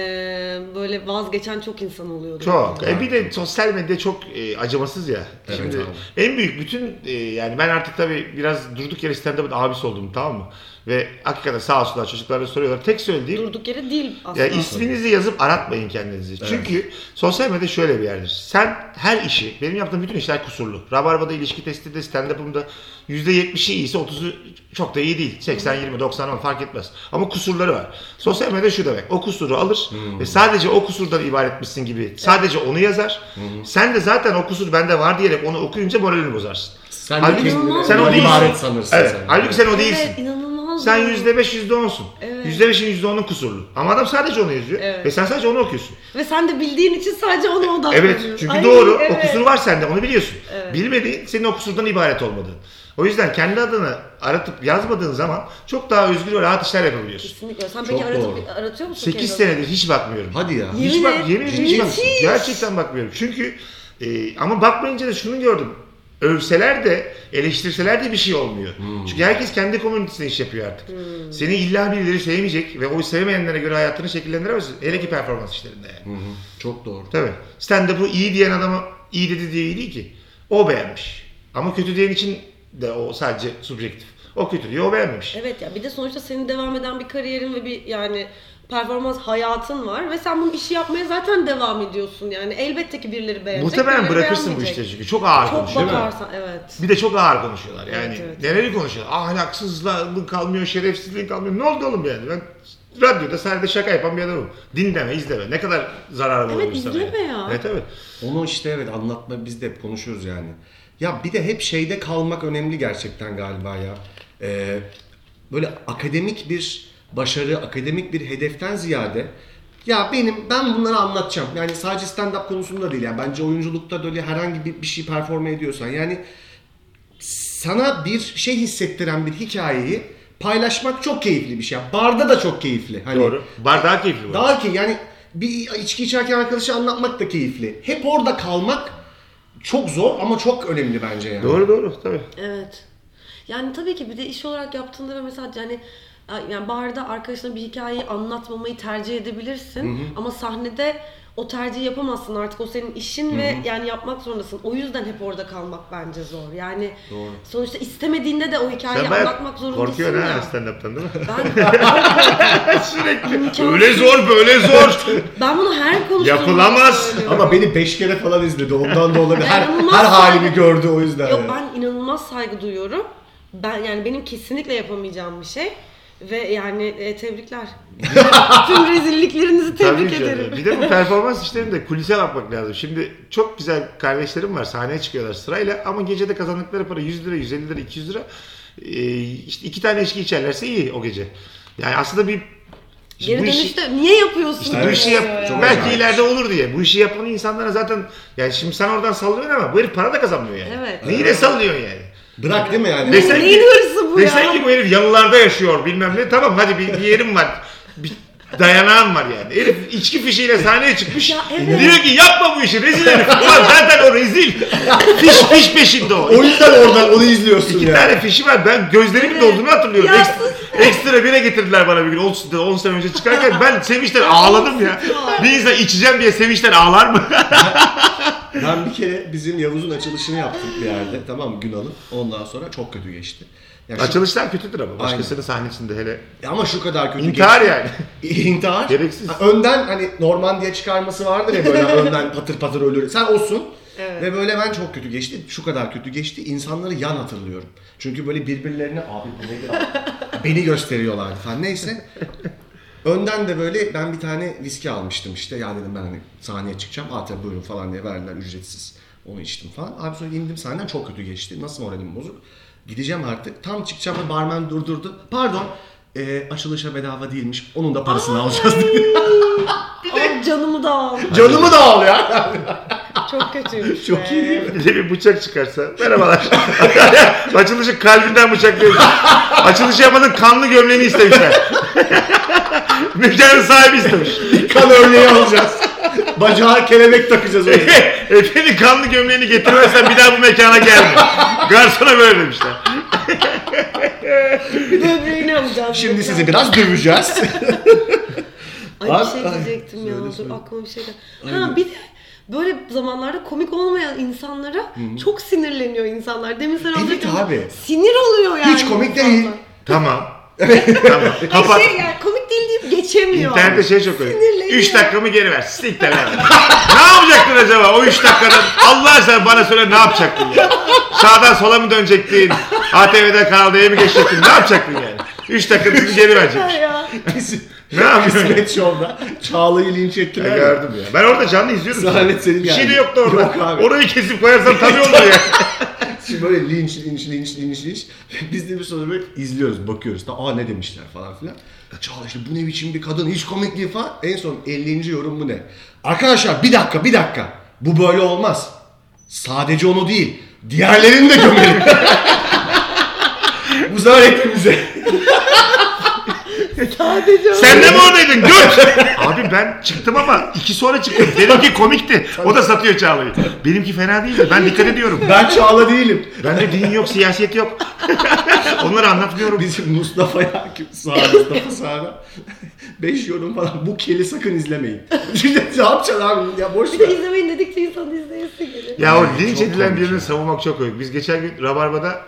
Speaker 2: böyle vazgeçen çok insan oluyordu.
Speaker 3: Çok. E bir de sosyal medya çok e, acımasız ya.
Speaker 1: Evet
Speaker 3: Şimdi
Speaker 1: abi.
Speaker 3: en büyük bütün e, yani ben artık tabii biraz durduk yere stand-up'ın abisi oldum tamam mı? Ve hakikaten sağ olsunlar çocuklara soruyorlar. Tek söylediğim
Speaker 2: Durduk yere değil aslında.
Speaker 3: ya isminizi yazıp aratmayın kendinizi. Çünkü sosyal medya şöyle bir yerdir. Sen her işi, benim yaptığım bütün işler kusurlu. Rabarba'da ilişki testi de stand-up'ımda %70'i iyiyse 30'u çok da iyi değil. 80, 20, 90 10 fark etmez. Ama kusurları var. Sosyal medya şu demek. O kusuru alır
Speaker 1: Hmm.
Speaker 3: ve sadece o kusurdan ibaretmişsin gibi sadece onu yazar.
Speaker 1: Hmm.
Speaker 3: Sen de zaten o kusur bende var diyerek onu okuyunca moralini bozarsın.
Speaker 1: Sen
Speaker 3: Halbuki
Speaker 1: de kendini
Speaker 3: sen o
Speaker 1: ibaret
Speaker 3: değilsin.
Speaker 1: sanırsın
Speaker 3: Evet.
Speaker 1: sen.
Speaker 3: Halbuki sen o değilsin.
Speaker 2: Evet inanılmaz.
Speaker 3: Sen
Speaker 2: ya.
Speaker 3: yüzde beş, yüzde onsun. Yüzde beşin yüzde onun kusurlu. Ama adam sadece onu yazıyor.
Speaker 2: Evet.
Speaker 3: Ve sen sadece onu okuyorsun.
Speaker 2: Ve sen de bildiğin için sadece ona
Speaker 3: Evet.
Speaker 2: odaklanıyorsun.
Speaker 3: Çünkü
Speaker 2: Ay,
Speaker 3: doğru.
Speaker 2: evet.
Speaker 3: O kusur var sende. Onu biliyorsun. Bilmediğin senin o kusurdan ibaret olmadığı. O yüzden kendi adını aratıp yazmadığın zaman çok daha özgür ve rahat işler yapabiliyorsun.
Speaker 2: Kesinlikle. Sen
Speaker 1: Çok
Speaker 2: peki aratıp,
Speaker 1: doğru.
Speaker 2: aratıyor musun?
Speaker 3: 8
Speaker 2: kendini?
Speaker 3: senedir hiç bakmıyorum.
Speaker 1: Hadi ya.
Speaker 2: Yemin
Speaker 3: Hiç
Speaker 2: et.
Speaker 3: bak, yemin ederim hiç
Speaker 2: Hiç.
Speaker 3: bakmıyorum. Gerçekten bakmıyorum. Çünkü e, ama bakmayınca da şunu gördüm. Övseler de eleştirseler de bir şey olmuyor. Çünkü herkes kendi komünitesine iş yapıyor artık.
Speaker 2: Hmm.
Speaker 3: Seni illa birileri sevmeyecek ve o sevmeyenlere göre hayatını şekillendiremezsin. Hele ki performans işlerinde yani.
Speaker 1: Hı hı, Çok doğru.
Speaker 3: Tabii. Stand-up'ı iyi diyen adama iyi dedi diye iyi değil ki. O beğenmiş. Ama kötü diyen için de o sadece subjektif. O kötü diyor, o beğenmemiş.
Speaker 2: Evet ya bir de sonuçta senin devam eden bir kariyerin ve bir yani performans hayatın var ve sen bunu işi yapmaya zaten devam ediyorsun yani elbette ki birileri beğenecek.
Speaker 3: Muhtemelen
Speaker 2: birileri
Speaker 3: bırakırsın bu
Speaker 2: beğenmeyecek.
Speaker 3: işte çünkü. Çok ağır
Speaker 2: Çok
Speaker 3: konuşuyor.
Speaker 2: bakarsan evet.
Speaker 3: Bir de çok ağır konuşuyorlar. Yani
Speaker 2: Evet, evet.
Speaker 3: neleri konuşuyorlar? Ahlaksızlığın kalmıyor, şerefsizliğin kalmıyor. Ne oldu oğlum yani? Ben radyoda sadece şaka yapan bir adamım. Dinleme, izleme. Ne kadar zararlı
Speaker 2: Evet,
Speaker 3: olur sana.
Speaker 2: izleme ya.
Speaker 3: Evet evet.
Speaker 1: Onu işte evet anlatma biz de hep konuşuyoruz yani. Ya bir de hep şeyde kalmak önemli gerçekten galiba ya. Ee, böyle akademik bir başarı, akademik bir hedeften ziyade ya benim ben bunları anlatacağım. Yani sadece stand up konusunda değil yani bence oyunculukta da öyle herhangi bir, bir şey performe ediyorsan yani sana bir şey hissettiren bir hikayeyi paylaşmak çok keyifli bir şey. Barda da çok keyifli. Hani
Speaker 3: Doğru. Bar daha keyifli bu. arada.
Speaker 1: Daha ki yani bir içki içerken arkadaşı anlatmak da keyifli. Hep orada kalmak çok zor ama çok önemli bence yani.
Speaker 3: Doğru doğru tabii.
Speaker 2: Evet. Yani tabii ki bir de iş olarak yaptığında mesela yani yani barda arkadaşına bir hikayeyi anlatmamayı tercih edebilirsin ama sahnede o tercihi yapamazsın artık o senin işin ve yani yapmak zorundasın. O yüzden hep orada kalmak bence zor. Yani sonuçta istemediğinde de o hikayeyi
Speaker 3: Sen bayağı
Speaker 2: anlatmak zorundasın.
Speaker 3: korkuyorsun
Speaker 2: ya.
Speaker 3: ha stand-up'tan değil mi?
Speaker 2: Ben,
Speaker 3: Sürekli. öyle zor böyle zor.
Speaker 2: ben bunu her konuşmamda
Speaker 3: Yapılamaz.
Speaker 2: söylüyorum.
Speaker 1: Ama beni 5 kere falan izledi. Ondan da olabilir. Her,
Speaker 2: Yani
Speaker 1: her
Speaker 2: olmaz
Speaker 1: halimi
Speaker 2: yani.
Speaker 1: gördü o yüzden.
Speaker 2: Yok
Speaker 1: yani.
Speaker 2: ben inanılmaz saygı duyuyorum. Ben yani benim kesinlikle yapamayacağım bir şey. Ve yani e, tebrikler. Tüm rezilliklerinizi tebrik
Speaker 3: ki öyle.
Speaker 2: ederim.
Speaker 3: Bir de bu performans işlerinde kulise bakmak lazım. Şimdi çok güzel kardeşlerim var sahneye çıkıyorlar sırayla ama gecede kazandıkları para 100 lira, 150 lira, 200 lira. Ee, işte iki tane içki içerlerse iyi o gece. Yani aslında bir
Speaker 2: Geri
Speaker 3: bu işi-
Speaker 2: dönüşte niye yapıyorsun?
Speaker 3: İşte bu
Speaker 1: Evet.
Speaker 3: işi yap,
Speaker 1: Çok
Speaker 3: belki
Speaker 1: acayip.
Speaker 3: ileride olur diye. Bu işi yapan insanlara zaten yani şimdi sen oradan sallıyorsun ama bu herif para da kazanmıyor yani.
Speaker 2: Evet.
Speaker 3: Neyle sallıyorsun yani?
Speaker 1: Bırak değil mi yani?
Speaker 3: Neyse.
Speaker 2: Neyin- Neyin hırsı bu
Speaker 3: Desen
Speaker 2: ya?
Speaker 3: ki bu herif yalılarda yaşıyor bilmem ne tamam hadi bir, bir yerim var. Bir dayanağım var yani. Herif içki fişiyle sahneye çıkmış.
Speaker 2: Ya evet.
Speaker 3: Diyor ki yapma bu işi rezil herif. Ulan zaten o rezil. Fiş fiş peşinde o.
Speaker 1: O yüzden oradan onu izliyorsun
Speaker 3: İki
Speaker 1: ya.
Speaker 3: tane fişi var. Ben gözlerimin
Speaker 2: Evet.
Speaker 3: dolduğunu hatırlıyorum.
Speaker 2: Ya
Speaker 3: Ekstra, ekstra bire getirdiler bana bir gün. 10, 10 sene önce çıkarken ben sevinçten ağladım ya.
Speaker 2: Ya.
Speaker 3: Bir insan içeceğim diye sevinçten ağlar mı?
Speaker 1: Ben bir kere bizim Yavuz'un açılışını yaptık bir yerde. Tamam mı Günal'ın. Ondan sonra çok kötü geçti. Yani şu-
Speaker 3: Açılışlar kötüdür ama. Başkasının
Speaker 1: Aynen.
Speaker 3: sahnesinde hele.
Speaker 1: ama şu kadar kötü
Speaker 3: İntihar
Speaker 1: geçti.
Speaker 3: yani.
Speaker 1: İntihar.
Speaker 3: Gereksiz.
Speaker 1: Ha, Önden hani Normandiya çıkarması vardır ya böyle önden patır patır ölür. Sen olsun.
Speaker 2: Evet.
Speaker 1: Ve böyle ben çok kötü geçti. Şu kadar kötü geçti. İnsanları yan hatırlıyorum. Çünkü böyle birbirlerine abi bu nedir abi?" Beni gösteriyorlardı falan. Neyse. Önden de böyle ben bir tane viski almıştım işte. Ya dedim ben hani sahneye çıkacağım. Aa tabii buyurun falan diye verdiler ücretsiz. Onu içtim falan. Abi sonra indim sahneden çok kötü geçti. Nasıl moralim bozuk. Gideceğim artık. Tam çıkacağım ve barmen durdurdu. Pardon. eee, açılışa bedava değilmiş. Onun da parasını alacağız dedi.
Speaker 2: Ay, canımı da al.
Speaker 1: Canımı da al ya.
Speaker 2: Çok kötüymüş.
Speaker 1: Çok
Speaker 2: be.
Speaker 1: iyi değil mi?
Speaker 3: Bir de bir bıçak çıkarsa. Merhabalar. Açılışı kalbinden bıçaklıyorsun. Açılışı yapanın kanlı gömleğini istemişler. Mükemmel sahibi istemiş.
Speaker 1: Kan örneği alacağız. Bacağa kelebek takacağız oraya.
Speaker 3: Efendi kanlı gömleğini getirmezsen bir daha bu mekana gelme. Garsona böyle demişler.
Speaker 2: Bir böbreğini alacağız.
Speaker 1: Şimdi sizi biraz döveceğiz.
Speaker 2: Ay bir
Speaker 1: Abi-
Speaker 2: şey
Speaker 1: ay,
Speaker 2: diyecektim ya.
Speaker 1: söyle,
Speaker 2: Dur
Speaker 1: söyle.
Speaker 2: aklıma bir şey geldi.
Speaker 1: Aynen.
Speaker 2: Ha bir de böyle zamanlarda komik olmayan insanlara çok sinirleniyor insanlar. Demin sen
Speaker 1: Evet
Speaker 2: anlatıyordun.
Speaker 1: abi.
Speaker 2: Sinir oluyor yani.
Speaker 1: Hiç komik
Speaker 2: insanlar.
Speaker 1: değil.
Speaker 3: Tamam. tamam. Kapat.
Speaker 2: Ay şey yani komik değil deyip geçemiyor.
Speaker 3: İnternette şey çok öyle.
Speaker 2: Sinirleniyor.
Speaker 3: 3 dakikamı geri ver. Siktir lan. ne yapacaktın acaba o 3 dakikada? Allah sen bana söyle ne yapacaktın ya? Sağdan sola mı dönecektin? ATV'den Kanal D'ye mi geçecektin? Ne yapacaktın yani? 3 dakikamı geri
Speaker 2: Ha
Speaker 3: verecekmiş.
Speaker 2: ya.
Speaker 3: Ne yapıyorsun?
Speaker 1: Kısmet Show'da Çağla'yı linç ettiler.
Speaker 3: Ya gördüm ya. Ben orada canlı izliyordum.
Speaker 1: Sahne senin
Speaker 3: Bir şey de
Speaker 1: yani.
Speaker 3: yoktu orada.
Speaker 1: Yok abi.
Speaker 3: Orayı kesip koyarsan tabii olur ya.
Speaker 1: Şimdi böyle linç, linç, linç, linç, linç. Biz de bir sonra böyle izliyoruz, bakıyoruz. Ta, Aa ne demişler falan filan. Çağla işte bu ne biçim bir kadın, hiç komik değil falan. En son 50. yorum bu ne? Arkadaşlar bir dakika, bir dakika. Bu böyle olmaz. Sadece onu değil, diğerlerini de gömelim. bu sefer hepimize.
Speaker 2: Sadece öyle.
Speaker 3: Sen de mi oradaydın? Gör. Abi ben çıktım ama iki sonra çıktım. Benimki komikti. O da satıyor Çağla'yı. Benimki fena değildi. Ben dikkat ediyorum.
Speaker 1: Ben Çağla değilim.
Speaker 3: Bende din yok, siyaset yok. Onları anlatmıyorum.
Speaker 1: Bizim Mustafa Yakim Sağ Mustafa Sağ'da 5 yorum falan bu keli sakın izlemeyin. Şimdi ne yapacaksın abi ya boş
Speaker 2: Bir de
Speaker 1: ver.
Speaker 2: izlemeyin dedikçe insan izleyesi gelir.
Speaker 3: Ya o
Speaker 1: Yani
Speaker 3: linç
Speaker 1: çok
Speaker 3: edilen
Speaker 1: komik
Speaker 3: birini
Speaker 1: ya.
Speaker 3: savunmak çok komik. Biz geçen gün Rabarba'da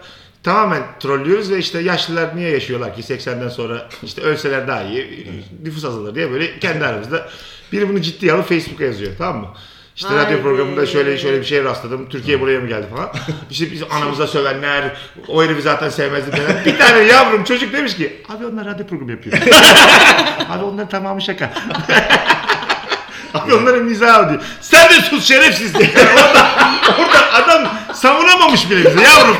Speaker 3: tamamen trollüyoruz ve işte yaşlılar niye yaşıyorlar ki 80'den sonra işte ölseler daha iyi nüfus azalır diye böyle kendi aramızda biri bunu ciddiye alıp Facebook'a yazıyor tamam mı? İşte
Speaker 2: Vay
Speaker 3: radyo
Speaker 2: be.
Speaker 3: programında şöyle şöyle bir şeye rastladım. Türkiye buraya mı geldi falan. İşte biz anamıza sövenler, o herifi zaten sevmezdi falan. Bir tane yavrum çocuk demiş ki abi onlar radyo programı yapıyor. abi onların tamamı şaka. Abi onların mizahı diyor. Sen de sus şerefsiz diye. Oradan, oradan adam savunamamış bile bizi yavrum.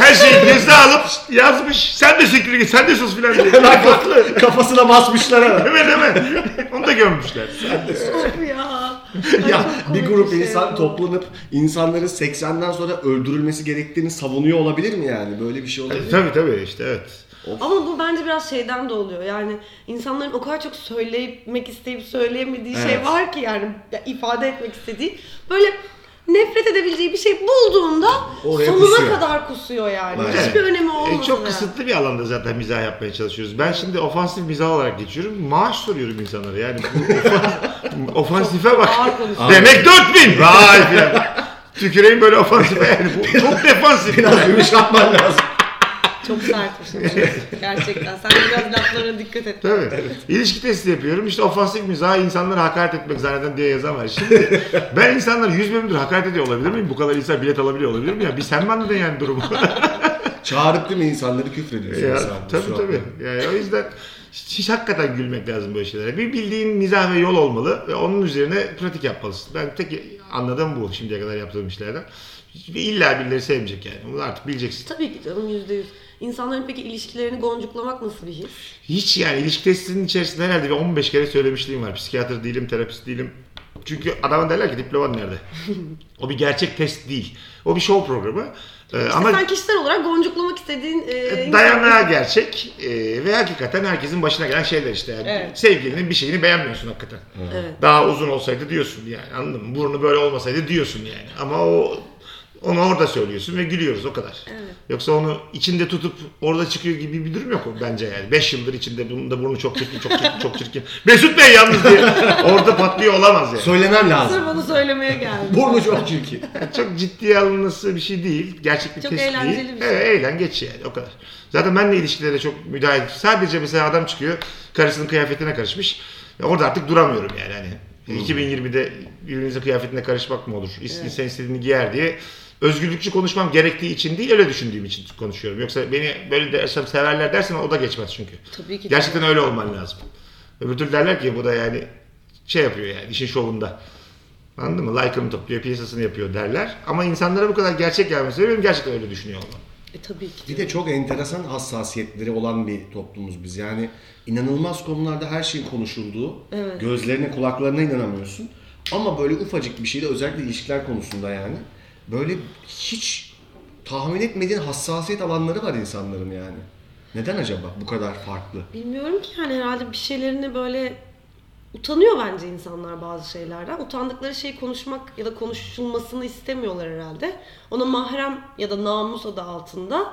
Speaker 3: He her şeyi göze alıp yazmış. Sen de siktir git sen de sus filan diye.
Speaker 1: Hemen haklı. Kafasına basmışlar hemen.
Speaker 3: Hemen hemen. Onu da görmüşler.
Speaker 2: Of ya.
Speaker 1: ya
Speaker 2: çok
Speaker 1: bir
Speaker 2: komik
Speaker 1: grup
Speaker 2: bir şey
Speaker 1: insan
Speaker 2: bu.
Speaker 1: toplanıp insanların 80'den sonra öldürülmesi gerektiğini savunuyor olabilir mi yani? Böyle bir şey olabilir mi?
Speaker 3: tabii tabii işte evet.
Speaker 2: Ama bu bence biraz şeyden de oluyor. Yani insanların o kadar çok söylemek isteyip söyleyemediği şey
Speaker 1: Evet.
Speaker 2: var ki yani ya ifade etmek istediği. Böyle nefret edebileceği bir şey bulduğunda
Speaker 1: Oraya
Speaker 2: sonuna
Speaker 1: kusuyor.
Speaker 2: kadar kusuyor yani.
Speaker 1: Evet.
Speaker 2: Hiçbir önemi olmadı.
Speaker 3: E, çok kısıtlı bir alanda zaten mizah yapmaya çalışıyoruz. Ben şimdi ofansif mizah olarak geçiyorum. Maaş soruyorum insanlara yani. bu ofan- ofansife bak.
Speaker 2: Ağır konuşuyor.
Speaker 3: Demek 4000. Vay filan. Tüküreyim böyle ofansife yani. Bu çok defansif.
Speaker 1: Biraz yumuşatman lazım.
Speaker 2: Çok sertmiş. Gerçekten. Sen biraz laflarına dikkat et.
Speaker 3: Tabii. İlişki testi yapıyorum. İşte ofansif mizah insanlara hakaret etmek zanneden diye yazan var. Şimdi ben insanlar yüz bölümdür hakaret ediyor olabilir miyim? Bu kadar insan bilet alabiliyor olabilir mi? Ya bir sen mi anladın yani durumu?
Speaker 1: Çağırıp değil mi insanları küfrediyorsun?
Speaker 3: Ya,
Speaker 1: mesela bu
Speaker 3: tabii
Speaker 1: suratla?
Speaker 3: tabii. Yani o yüzden hiç, hiç hakikaten gülmek lazım böyle şeylere. Bir bildiğin mizah ve yol olmalı ve onun üzerine pratik yapmalısın. Ben tek anladığım bu şimdiye kadar yaptığım işlerden. İlla birileri sevmeyecek yani. Bunu artık bileceksin.
Speaker 2: Tabii ki canım yüzde yüz. İnsanların peki ilişkilerini goncuklamak nasıl bir his?
Speaker 3: Hiç yani ilişki testinin içerisinde herhalde bir 15 kere söylemişliğim var. Psikiyatr değilim, terapist değilim. Çünkü adama derler ki diploman nerede? o bir gerçek test değil. O bir show programı. Ee, ama
Speaker 2: Sen kişisel olarak goncuklamak istediğin e, insan-
Speaker 3: dayanağı gerçek e, ve hakikaten herkesin başına gelen şeyler işte. Yani
Speaker 2: Evet.
Speaker 3: Sevgilinin bir şeyini beğenmiyorsun hakikaten.
Speaker 2: Evet.
Speaker 3: Daha uzun olsaydı diyorsun yani anladın mı? Burnu böyle olmasaydı diyorsun yani. Ama o onu orada söylüyorsun ve gülüyoruz o kadar.
Speaker 2: Evet.
Speaker 3: Yoksa onu içinde tutup orada çıkıyor gibi bir durum yok o bence yani. 5 yıldır içinde bunun da burnu çok çirkin, çok çirkin, çok çirkin. Mesut Bey yalnız diye orada patlıyor olamaz yani.
Speaker 1: Söylemem
Speaker 2: Sırf
Speaker 1: lazım.
Speaker 2: onu söylemeye geldim.
Speaker 1: Burnu çok çirkin.
Speaker 3: Çok ciddiye alınması bir şey değil. Gerçek bir
Speaker 2: Çok
Speaker 3: test
Speaker 2: eğlenceli
Speaker 3: değil.
Speaker 2: bir şey.
Speaker 3: Evet, eğlen geç yani o kadar. Zaten ben de ilişkilere çok müdahil. Sadece mesela adam çıkıyor karısının kıyafetine karışmış. Ya Orada artık duramıyorum yani hani.
Speaker 2: Hmm.
Speaker 3: 2020'de birbirinizin kıyafetine karışmak mı olur? İs- İnsan istediğini giyer diye. Özgürlükçü konuşmam gerektiği için değil öyle düşündüğüm için konuşuyorum. Yoksa beni böyle dersem severler dersen o da geçmez çünkü.
Speaker 2: Tabii ki.
Speaker 3: Gerçekten öyle olman lazım. Öbür türlü derler ki bu da yani şey yapıyor yani işin şovunda. Anladın mı? Like'ını topluyor, piyasasını yapıyor derler. Ama insanlara bu kadar gerçek gelmesi benim gerçekten öyle düşünüyor olmam.
Speaker 2: E, tabii ki.
Speaker 1: Bir de çok enteresan hassasiyetleri olan bir toplumuz biz. Yani inanılmaz konularda her şeyin konuşulduğu, gözlerine kulaklarına inanamıyorsun. Ama böyle ufacık bir şeyde özellikle ilişkiler konusunda yani böyle hiç tahmin etmediğin hassasiyet alanları var insanların yani. Neden acaba bu kadar farklı?
Speaker 2: Bilmiyorum ki yani herhalde bir şeylerini böyle utanıyor bence insanlar bazı şeylerden. Utandıkları şeyi konuşmak ya da konuşulmasını istemiyorlar herhalde. Ona mahrem ya da namus adı altında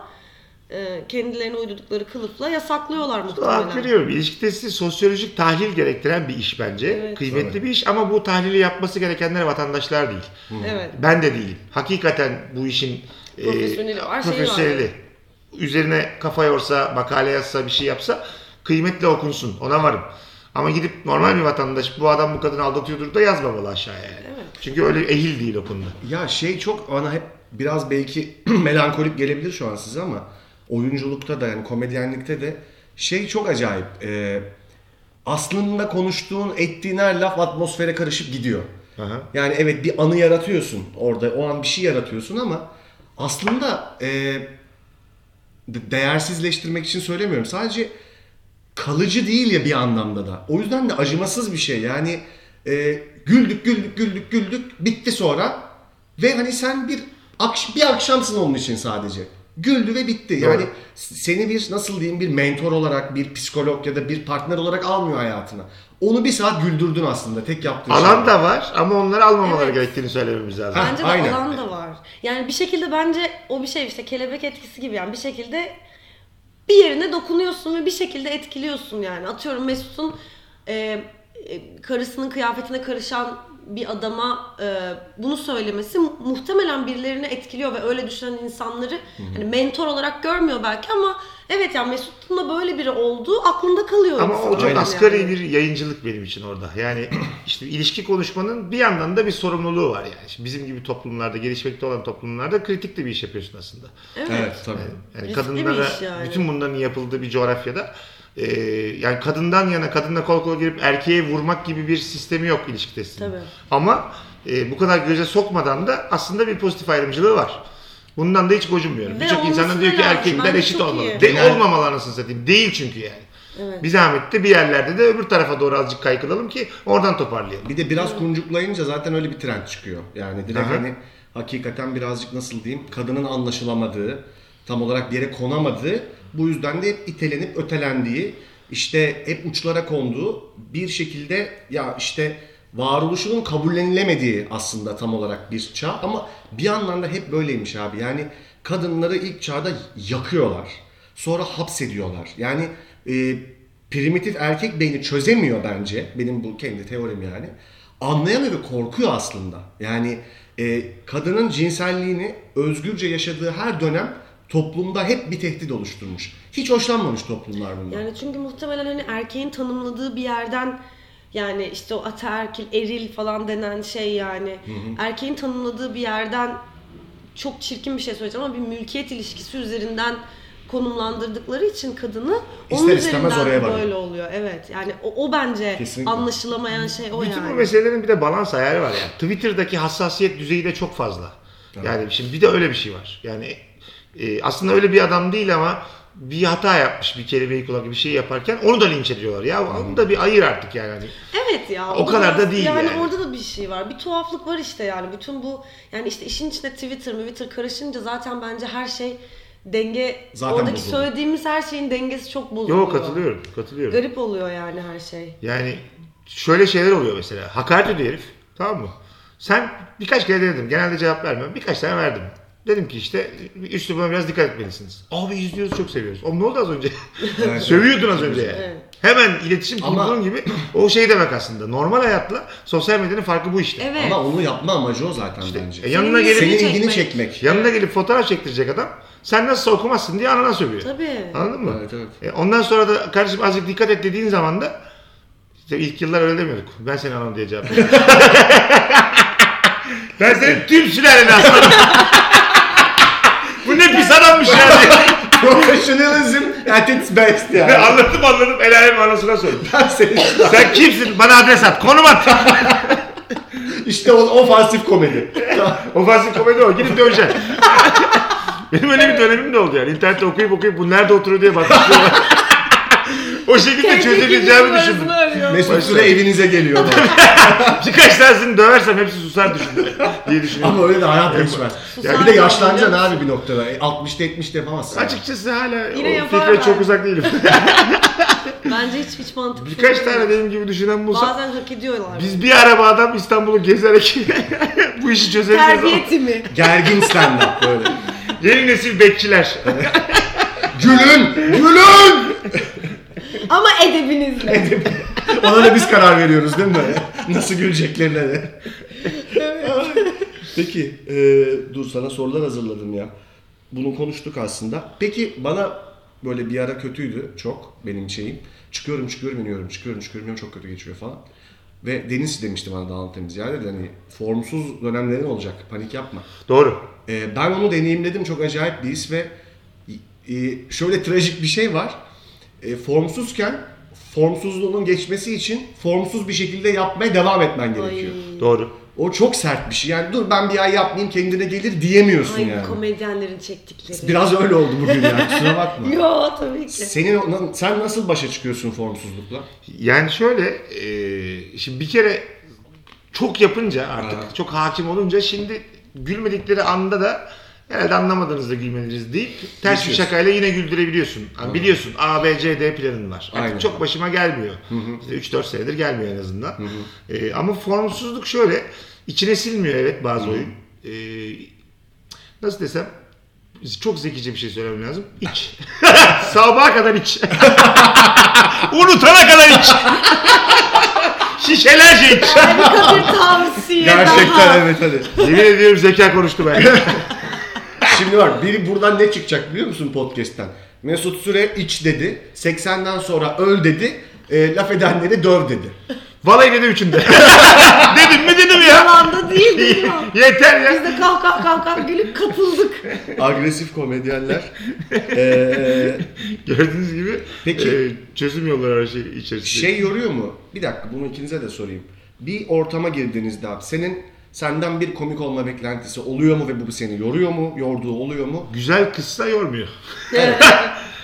Speaker 2: e, kendilerine uydurdukları kılıfla yasaklıyorlar
Speaker 3: Hak
Speaker 2: muhtemelen.
Speaker 3: veriyorum. İlişki testi sosyolojik tahlil gerektiren bir iş bence.
Speaker 2: Evet.
Speaker 3: Kıymetli
Speaker 1: Tabii.
Speaker 3: bir iş ama bu tahlili yapması gerekenler vatandaşlar değil.
Speaker 2: Evet.
Speaker 3: Ben de değilim. Hakikaten bu işin e,
Speaker 2: Profesyoneli şey var, şeyi var.
Speaker 3: profesyoneli. Üzerine kafa yorsa, makale yazsa, bir şey yapsa kıymetle okunsun. Ona varım. Ama gidip normal bir vatandaş bu adam bu kadını aldatıyordur da yazmamalı aşağıya yani. Çünkü öyle ehil değil o konuda.
Speaker 1: Ya şey çok bana hep biraz belki melankolik gelebilir şu an size ama oyunculukta da yani komedyenlikte de şey çok acayip. Ee, aslında konuştuğun, ettiğin her laf atmosfere karışıp gidiyor.
Speaker 3: Aha.
Speaker 1: Yani evet bir anı yaratıyorsun orada. O an bir şey yaratıyorsun ama aslında e, de- değersizleştirmek için söylemiyorum. Sadece kalıcı değil ya bir anlamda da. O yüzden de acımasız bir şey. Yani e, güldük güldük güldük güldük bitti sonra ve hani sen bir akş- bir akşamsın onun için sadece. Güldü ve bitti.
Speaker 3: Doğru.
Speaker 1: Yani s- seni bir nasıl diyeyim bir mentor olarak, bir psikolog ya da bir partner olarak almıyor hayatına. Onu bir saat güldürdün aslında tek yaptığın
Speaker 3: Alan
Speaker 1: şey.
Speaker 3: da var ama onları almamaları
Speaker 2: Evet.
Speaker 3: gerektiğini söylememiz lazım.
Speaker 1: Ha.
Speaker 2: Bence de
Speaker 1: aynen.
Speaker 2: alan da var. Yani bir şekilde bence o bir şey işte kelebek etkisi gibi yani bir şekilde bir yerine dokunuyorsun ve bir şekilde etkiliyorsun yani. Atıyorum Mesut'un e, e, karısının kıyafetine karışan bir adama e, bunu söylemesi mu- muhtemelen birilerini etkiliyor ve öyle düşünen insanları hani mentor olarak görmüyor belki ama evet yani Mesut'un da böyle biri olduğu aklında kalıyor.
Speaker 3: Ama
Speaker 2: insanın
Speaker 3: o çok
Speaker 1: Aynen.
Speaker 3: asgari
Speaker 2: yani.
Speaker 3: bir yayıncılık benim için orada. Yani işte ilişki konuşmanın bir yandan da bir sorumluluğu var yani. Şimdi bizim gibi toplumlarda, gelişmekte olan toplumlarda kritik de bir iş yapıyorsun aslında.
Speaker 1: Evet tabii.
Speaker 3: Yani
Speaker 2: Riskli bir
Speaker 3: kadınlara
Speaker 2: iş yani.
Speaker 3: bütün bunların yapıldığı bir coğrafyada e, yani kadından yana kadınla kol kola girip erkeğe vurmak gibi bir sistemi yok ilişki testinin.
Speaker 2: Tabii.
Speaker 3: Ama e, bu kadar göze sokmadan da aslında bir pozitif ayrımcılığı var. Bundan da hiç gocunmuyorum.
Speaker 2: Ve
Speaker 3: Birçok insanın
Speaker 2: olması
Speaker 3: diyor ki
Speaker 2: da lazım.
Speaker 3: erkekler
Speaker 2: Bence
Speaker 3: eşit
Speaker 2: çok
Speaker 3: olmalı.
Speaker 2: iyi.
Speaker 3: De,
Speaker 1: Yani-
Speaker 3: olmamalı anasını satayım. Değil çünkü yani.
Speaker 2: Evet.
Speaker 3: Bir zahmet de bir yerlerde de öbür tarafa doğru azıcık kaykılalım ki oradan toparlayalım.
Speaker 1: Bir de biraz kuncuklayınca zaten öyle bir trend çıkıyor. Yani direkt
Speaker 3: Aha.
Speaker 1: hani hakikaten birazcık nasıl diyeyim kadının anlaşılamadığı, tam olarak bir yere konamadığı, bu yüzden de hep itelenip ötelendiği, işte hep uçlara konduğu bir şekilde ya işte varoluşunun kabullenilemediği aslında tam olarak bir çağ ama bir yandan da hep böyleymiş abi. Yani kadınları ilk çağda yakıyorlar. Sonra hapsediyorlar. Yani e, primitif erkek beyni çözemiyor bence. Benim bu kendi teorim yani. Anlayamıyor ve korkuyor aslında. Yani e, kadının cinselliğini özgürce yaşadığı her dönem toplumda hep bir tehdit oluşturmuş. Hiç hoşlanmamış toplumlar bundan.
Speaker 2: Yani çünkü muhtemelen hani erkeğin tanımladığı bir yerden yani işte o ataerkil, eril falan denen şey yani erkeğin tanımladığı bir yerden çok çirkin bir şey söyleyeceğim ama bir mülkiyet ilişkisi üzerinden konumlandırdıkları için kadını onun
Speaker 1: İster istemez
Speaker 2: üzerinden
Speaker 1: oraya varıyor.
Speaker 2: böyle oluyor. Evet. Yani o, o bence
Speaker 1: Kesinlikle.
Speaker 2: anlaşılamayan şey o
Speaker 3: Bütün bu
Speaker 2: yani.
Speaker 3: meselelerin bir de balans ayarı var yani. Twitter'daki hassasiyet düzeyi de çok fazla. Yani şimdi bir de öyle bir şey var. Yani e, aslında öyle bir adam değil ama bir hata yapmış bir kelimeyi kullanıp bir şey yaparken onu da linç ediyorlar. Ya onu da bir ayır artık yani. Hani
Speaker 2: Evet ya.
Speaker 3: O kadar da değil yani.
Speaker 2: Yani orada da bir şey var. Bir tuhaflık var işte yani. Bütün bu yani işte işin içine Twitter, Twitter karışınca zaten bence her şey denge
Speaker 1: Zaten
Speaker 2: oradaki
Speaker 1: bozuldu.
Speaker 2: söylediğimiz her şeyin dengesi çok bozuluyor.
Speaker 3: Yok katılıyorum. Katılıyorum.
Speaker 2: Garip oluyor yani her şey.
Speaker 3: Yani şöyle şeyler oluyor mesela. Hakaret ediyor herif. Tamam mı? Sen birkaç kere denedim. Genelde cevap vermem. Birkaç tane verdim. Dedim ki işte üslubuna biraz dikkat etmelisiniz. Abi izliyoruz çok seviyoruz. Oğlum ne oldu az önce?
Speaker 1: Evet.
Speaker 3: Sövüyordun az önce yani.
Speaker 2: Evet.
Speaker 3: Hemen iletişim
Speaker 1: Ama-
Speaker 3: kurduğun gibi o şey demek aslında. Normal hayatla sosyal medyanın farkı bu işte.
Speaker 2: Evet.
Speaker 1: Ama onu yapma amacı o zaten bence.
Speaker 3: E, yanına gelip
Speaker 1: Senin
Speaker 2: Seni
Speaker 1: ilgini
Speaker 2: çekmek.
Speaker 1: çekmek.
Speaker 3: yanına gelip fotoğraf çektirecek adam sen nasılsa okumazsın diye anana sövüyor.
Speaker 2: Tabii.
Speaker 3: Anladın mı?
Speaker 1: Evet, evet.
Speaker 3: E, ondan sonra da kardeşim azıcık dikkat et dediğin zaman da işte ilk yıllar öyle demiyorduk. Ben seni anam diye cevap veriyorum. ben senin tüm sülaleni aslanım. Bu ne pis adammış yani.
Speaker 1: Professionalism at its best yani.
Speaker 3: anladım anladım. El alem anasına söyledim.
Speaker 1: Ben seni-
Speaker 3: Sen kimsin? Bana adres at. Konum at.
Speaker 1: işte o ofansif komedi.
Speaker 3: Ofansif komedi o. Gidip döveceksin. Benim öyle bir dönemim de oldu yani. İnternette okuyup okuyup bu nerede oturuyor diye bakmıştım. o şekilde çözebileceğimi düşündüm.
Speaker 1: Mesut Süre evinize geliyor.
Speaker 3: Birkaç tanesini döversem hepsi susar düşündüm diye düşünüyorum.
Speaker 1: Ama öyle de hayat geçmez.
Speaker 2: Susar
Speaker 1: bir de
Speaker 2: da
Speaker 1: yaşlanacaksın
Speaker 2: olabilir.
Speaker 1: abi bir noktada. E, 60'ta 70'te yapamazsın.
Speaker 3: Açıkçası hala
Speaker 2: Yine
Speaker 3: o
Speaker 2: yaparlar.
Speaker 3: fikre çok uzak değilim.
Speaker 2: Bence hiç hiç mantıklı.
Speaker 3: Birkaç
Speaker 2: değil.
Speaker 3: tane benim gibi düşünen bulsa
Speaker 2: Bazen hak ediyorlar.
Speaker 3: biz bir araba adam İstanbul'u gezerek bu işi çözebiliriz. ama-
Speaker 2: Terbiyeti mi?
Speaker 1: Gergin stand-up böyle.
Speaker 3: Yeni nesil bekçiler.
Speaker 1: Gülün! Gülün!
Speaker 2: Ama edebinizle.
Speaker 1: Ona da biz karar veriyoruz değil mi? Nasıl güleceklerine de. Peki, e, dur sana sorular hazırladım ya. Bunu konuştuk aslında. Peki bana böyle bir ara kötüydü çok benim şeyim. Çıkıyorum çıkıyorum iniyorum çıkıyorum çıkıyorum iniyorum çok kötü geçiyor falan. Ve Deniz demişti bana daha temiz yani dedi hani formsuz dönemlerin olacak panik yapma.
Speaker 3: Doğru.
Speaker 1: Ee, ben onu deneyimledim. Çok acayip bir his ve e, şöyle trajik bir şey var. E, formsuzken formsuzluğunun geçmesi için formsuz bir şekilde yapmaya devam etmen gerekiyor.
Speaker 3: Doğru.
Speaker 1: O çok sert bir şey. Yani dur ben bir ay yapmayayım kendine gelir diyemiyorsun
Speaker 2: Ay
Speaker 1: yani.
Speaker 2: komedyenlerin çektikleri.
Speaker 1: Biraz öyle oldu bugün yani. Kusura bakma.
Speaker 2: Yo tabii ki.
Speaker 1: Senin o- sen nasıl başa çıkıyorsun formsuzlukla?
Speaker 3: Yani şöyle, e, şimdi bir kere çok yapınca artık,
Speaker 1: Ha.
Speaker 3: çok hakim olunca şimdi gülmedikleri anda da herhalde anlamadığınızda gülmediniz deyip ters bir
Speaker 1: Geçiyorsun.
Speaker 3: şakayla yine güldürebiliyorsun. Yani biliyorsun A, B, C, D planın var. Artık
Speaker 1: Aynen.
Speaker 3: çok başıma gelmiyor. İşte 3-4 senedir gelmiyor en azından. E, ama formsuzluk şöyle, içine silmiyor evet bazı oyun. E, nasıl desem, çok zekice bir şey söylemem lazım. İç. Sabaha kadar iç. Unutana kadar iç. Şişelerce iç.
Speaker 2: Bir Kadir tavsiye daha.
Speaker 1: Gerçekten evet hadi.
Speaker 3: Yemin ediyorum zeka konuştu ben.
Speaker 1: Şimdi var biri buradan ne çıkacak biliyor musun podcast'ten? Mesut Süre iç dedi. 80'den sonra öl dedi. E, laf edenleri döv dedi.
Speaker 3: Vallahi dedi üçünde. dedim mi dedim ya.
Speaker 2: Alanda değil değil mi?
Speaker 3: Yeter
Speaker 2: Biz
Speaker 3: ya.
Speaker 2: de kah kah kah kah gülüp katıldık.
Speaker 1: Agresif komedyenler. E,
Speaker 3: Gördüğünüz gibi
Speaker 1: Peki.
Speaker 3: e, çözüm yolları her şey içerisinde.
Speaker 1: şey yoruyor mu? Bir dakika bunu ikinize de sorayım. Bir ortama girdiğinizde abi senin Senden bir komik olma beklentisi oluyor mu ve bu seni yoruyor mu? Yorduğu oluyor mu?
Speaker 3: Güzel kızsa yormuyor.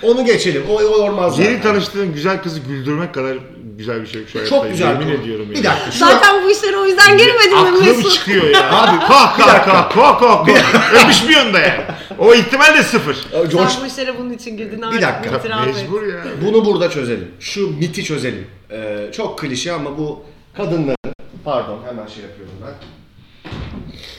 Speaker 1: Onu geçelim. O, o yormaz
Speaker 3: Yeni
Speaker 1: zaten.
Speaker 3: tanıştığın güzel kızı güldürmek kadar güzel bir şey yok şu hayatta.
Speaker 1: Çok güzel.
Speaker 3: Yemin
Speaker 1: konu.
Speaker 3: ediyorum
Speaker 1: Bir
Speaker 3: ya.
Speaker 1: dakika. Şuna,
Speaker 2: Zaten bu işlere o yüzden girmedim mi
Speaker 3: Aklım
Speaker 2: Mesut?
Speaker 3: çıkıyor ya. Abi kah kah kah kah kah kah. Öpüşmüyorsun da yani. O ihtimal de sıfır.
Speaker 1: Ee,
Speaker 2: Sen
Speaker 1: Coş,
Speaker 2: bu işlere bunun için girdin
Speaker 1: Bir
Speaker 2: artık
Speaker 1: dakika.
Speaker 2: itiraf et.
Speaker 3: Mecbur ya.
Speaker 1: bunu burada çözelim. Şu miti çözelim. Ee, çok klişe ama bu kadınların, pardon hemen şey yapıyorum ben.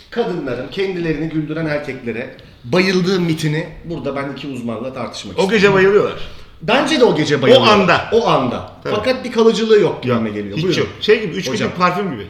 Speaker 1: Kadınların kendilerini güldüren erkeklere bayıldığı mitini burada ben iki uzmanla tartışmak
Speaker 3: O
Speaker 1: istiyorum.
Speaker 3: gece bayılıyorlar.
Speaker 1: Bence de o gece bayılıyor.
Speaker 3: O anda.
Speaker 1: O anda.
Speaker 3: Tabii.
Speaker 1: Fakat bir kalıcılığı yok gibime geliyor.
Speaker 3: Hiç
Speaker 1: Buyurun.
Speaker 3: yok. Şey gibi üç
Speaker 1: Hocam.
Speaker 3: günlük parfüm gibi.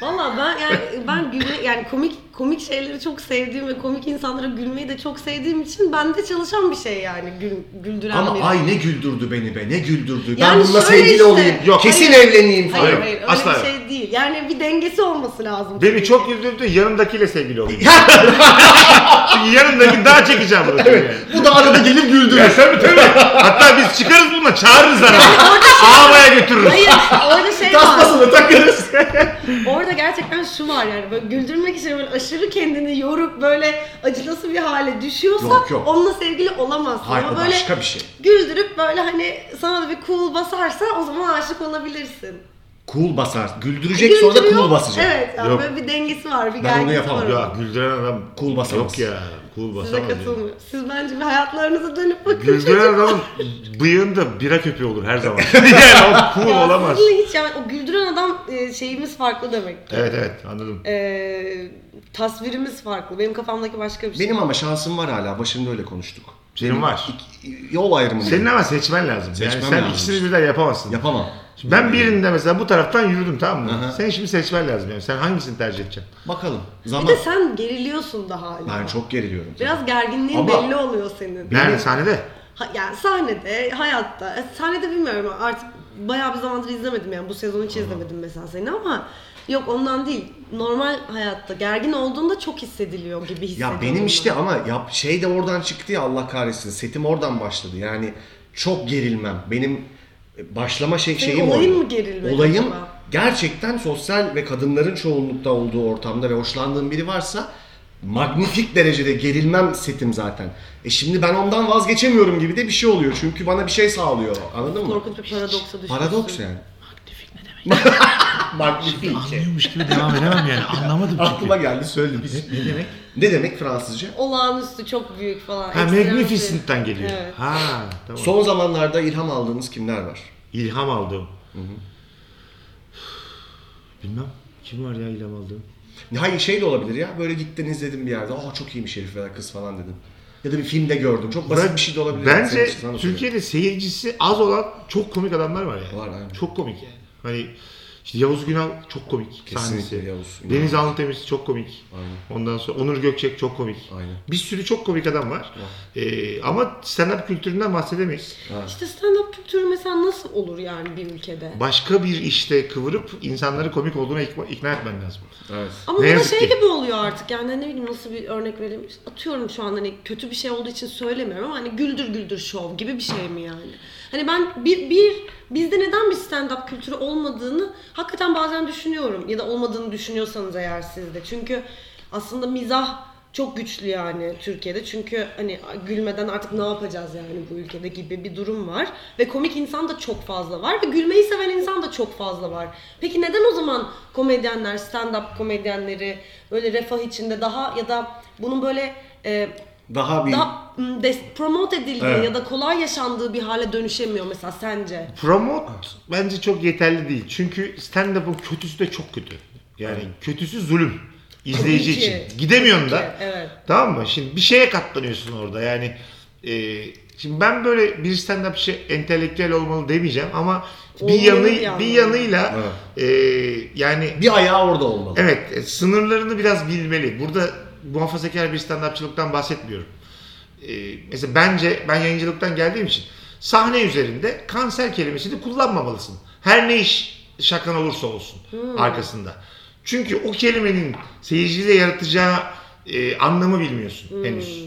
Speaker 2: Valla ben yani ben gülme yani komik komik şeyleri çok sevdiğim ve komik insanlara gülmeyi de çok sevdiğim için bende çalışan bir şey yani gül, güldüren
Speaker 1: Ama
Speaker 2: bir.
Speaker 1: ay ne güldürdü beni be ne güldürdü. ben
Speaker 2: Yani
Speaker 1: bununla
Speaker 2: şöyle
Speaker 1: sevgili
Speaker 2: işte-
Speaker 1: olayım.
Speaker 3: Yok.
Speaker 1: Kesin
Speaker 2: Hayır.
Speaker 1: evleneyim falan.
Speaker 2: Hayır
Speaker 3: Yok,
Speaker 2: hayır öyle
Speaker 3: asla
Speaker 2: bir
Speaker 3: yok.
Speaker 2: şey değil. Yani bir dengesi olması lazım.
Speaker 3: Beni çok güldürdü yanımdakiyle sevgili olayım. Çünkü yanımdaki daha çekeceğim bunu. Evet.
Speaker 1: Bu da arada gelip güldürür.
Speaker 3: Tabii tabii. Hatta biz çıkarız bununla çağırırız araba. Ağabaya götürürüz.
Speaker 2: şey Hayır orada şey var.
Speaker 1: Tasmasını takarız.
Speaker 2: Orada gerçekten şu var yani böyle güldürmek için böyle aşırı kendini yorup böyle acınası bir hale düşüyorsa
Speaker 1: Yok, yok.
Speaker 2: onunla sevgili olamazsın.
Speaker 1: Hayır o
Speaker 2: Ama böyle
Speaker 1: başka bir şey.
Speaker 2: güldürüp böyle hani sana da bir cool basarsa o zaman aşık olabilirsin.
Speaker 1: Cool basar. Güldürecek sonra da
Speaker 2: Güldürüyor.
Speaker 1: cool basacak.
Speaker 2: Evet yani
Speaker 3: Yok.
Speaker 2: böyle bir dengesi var bir
Speaker 1: Ben onu
Speaker 2: gergisi
Speaker 1: yapamam.
Speaker 2: var.
Speaker 3: Ya güldüren adam
Speaker 1: Cool basamaz.
Speaker 3: Yok ya cool basamaz.
Speaker 2: Size
Speaker 3: ya.
Speaker 2: katılmıyor. Siz bence bir hayatlarınıza dönüp bakın.
Speaker 3: Güldüren adamın bıyığında bira köpüğü olur her zaman. yani o cool
Speaker 2: Ya
Speaker 3: olamaz.
Speaker 2: sizinle hiç yani o güldüren adam e, şeyimiz farklı demek.
Speaker 3: Evet evet anladım.
Speaker 2: E, tasvirimiz farklı. Benim kafamdaki başka bir şey.
Speaker 1: Benim ama şansım var hala. Başında öyle konuştuk.
Speaker 3: Senin var.
Speaker 1: İk- Yol ayrımı.
Speaker 3: Senin ama seçmen lazım.
Speaker 1: Seçmem
Speaker 3: yani sen
Speaker 1: lazım.
Speaker 3: ikisini birden yapamazsın.
Speaker 1: Yapamam.
Speaker 3: Şimdi ben birinde mesela bu taraftan yürüdüm tamam mı?
Speaker 1: Aha.
Speaker 3: Sen şimdi seçmen lazım yani. Sen hangisini tercih edeceksin?
Speaker 1: Bakalım.
Speaker 2: Bir
Speaker 1: Zaman.
Speaker 2: de sen geriliyorsun da hala.
Speaker 1: Ben çok geriliyorum.
Speaker 2: Biraz gerginliğin
Speaker 1: Ama-
Speaker 2: belli oluyor senin.
Speaker 3: Nerede? Sahnede?
Speaker 2: Ha- yani sahnede, hayatta. E, Sahnede bilmiyorum artık bayağı bir zamandır izlemedim yani bu sezon hiç izlemedim mesela seni ama yok ondan değil. Normal hayatta gergin olduğunda çok hissediliyor gibi hissediyorum.
Speaker 1: Ya benim
Speaker 2: ben.
Speaker 1: işte ama yap şey de oradan çıktı ya Allah kahretsin. Setim oradan başladı. Yani çok gerilmem. Benim başlama şey,
Speaker 2: Senin
Speaker 1: şeyim
Speaker 2: olayın
Speaker 1: oydu.
Speaker 2: mı gerilmek
Speaker 1: Olayım
Speaker 2: acaba?
Speaker 1: gerçekten sosyal ve kadınların çoğunlukta olduğu ortamda ve hoşlandığım biri varsa magnifik derecede gerilmem setim zaten. E şimdi ben ondan vazgeçemiyorum gibi de bir şey oluyor. Çünkü bana bir şey sağlıyor. Anladın mı?
Speaker 2: korkunç bir şey paradoksa düşmüşsün.
Speaker 1: Paradoks yani. Magnifik ne demek? Magnifik.
Speaker 4: Anlıyormuş gibi devam edemem yani. Anlamadım çünkü.
Speaker 1: Aklıma geldi söyledim. Ne demek? Ne demek Fransızca?
Speaker 2: Olağanüstü çok büyük falan.
Speaker 3: Ha
Speaker 2: ekstrem şey.
Speaker 3: Magnificent'tan geliyor.
Speaker 2: Evet.
Speaker 3: Ha tamam.
Speaker 1: Son zamanlarda ilham aldığınız kimler var?
Speaker 3: İlham aldım. Bilmem. Kim var ya ilham aldığım?
Speaker 1: Hayır şey de olabilir ya. Böyle gittin izledin bir yerde. Aa çok iyiymiş herif veya kız falan dedin. Ya da bir filmde gördüm. Çok basit bir şey de olabilir. Yani senin
Speaker 3: Bence
Speaker 1: için sana soruyorum.
Speaker 3: Türkiye'de seyircisi az olan çok komik adamlar var yani.
Speaker 1: Var, aynen.
Speaker 3: Çok komik yani. Hani işte Yavuz Günal çok komik
Speaker 1: Kesinlikle
Speaker 3: sahnesi.
Speaker 1: Yavuz Günal.
Speaker 3: Deniz Altıntemiz çok komik. Ondan sonra Onur Gökçek çok komik.
Speaker 1: Aynen.
Speaker 3: Bir sürü çok komik adam var. Ee, ama stand-up kültüründen bahsedemeyiz.
Speaker 2: İşte stand-up kültürü mesela nasıl olur yani bir ülkede?
Speaker 3: Başka bir işte kıvırıp insanları komik olduğuna ikna, ikna etmen lazım.
Speaker 1: Evet.
Speaker 2: Ama
Speaker 3: Ne
Speaker 2: bana
Speaker 3: yazık
Speaker 2: şey
Speaker 3: ki.
Speaker 2: gibi oluyor artık yani ne bileyim nasıl bir örnek vereyim. Atıyorum şu an hani kötü bir şey olduğu için söylemiyorum ama hani güldür güldür şov gibi bir şey mi yani? Hani ben bir, bir bizde neden bir stand-up kültürü olmadığını hakikaten bazen düşünüyorum. Ya da olmadığını düşünüyorsanız eğer sizde. Çünkü aslında mizah çok güçlü yani Türkiye'de. Çünkü hani gülmeden artık ne yapacağız yani bu ülkede gibi bir durum var. Ve komik insan da çok fazla var ve gülmeyi seven insan da çok fazla var. Peki neden o zaman komedyenler, stand-up komedyenleri böyle refah içinde daha ya da bunun böyle e,
Speaker 1: Daha bir
Speaker 2: daha m, des- promote edildiği
Speaker 1: Evet.
Speaker 2: ya da kolay yaşandığı bir hale dönüşemiyor mesela sence?
Speaker 3: Promote bence çok yeterli değil. Çünkü stand-up'ın kötüsü de çok kötü. Yani kötüsü zulüm. İzleyici
Speaker 2: Tabii ki.
Speaker 3: için. Gidemiyorsun
Speaker 2: Tabii
Speaker 3: da.
Speaker 2: ki, evet.
Speaker 3: Tamam mı? Şimdi bir şeye katlanıyorsun orada. Yani e, şimdi ben böyle bir stand-up şey entelektüel olmalı demeyeceğim ama bir
Speaker 2: Olmalı
Speaker 3: yanı
Speaker 2: bir yandan.
Speaker 3: bir yanıyla e, yani
Speaker 1: bir ayağı orada olmalı.
Speaker 3: Evet, e, sınırlarını biraz bilmeli. Burada muhafazakar bir stand-upçılıktan bahsetmiyorum. E, mesela bence ben yayıncılıktan geldiğim için sahne üzerinde kanser kelimesini kullanmamalısın. Her ne iş şakan olursa olsun arkasında. Çünkü o kelimenin seyirciyle yaratacağı e, anlamı bilmiyorsun henüz.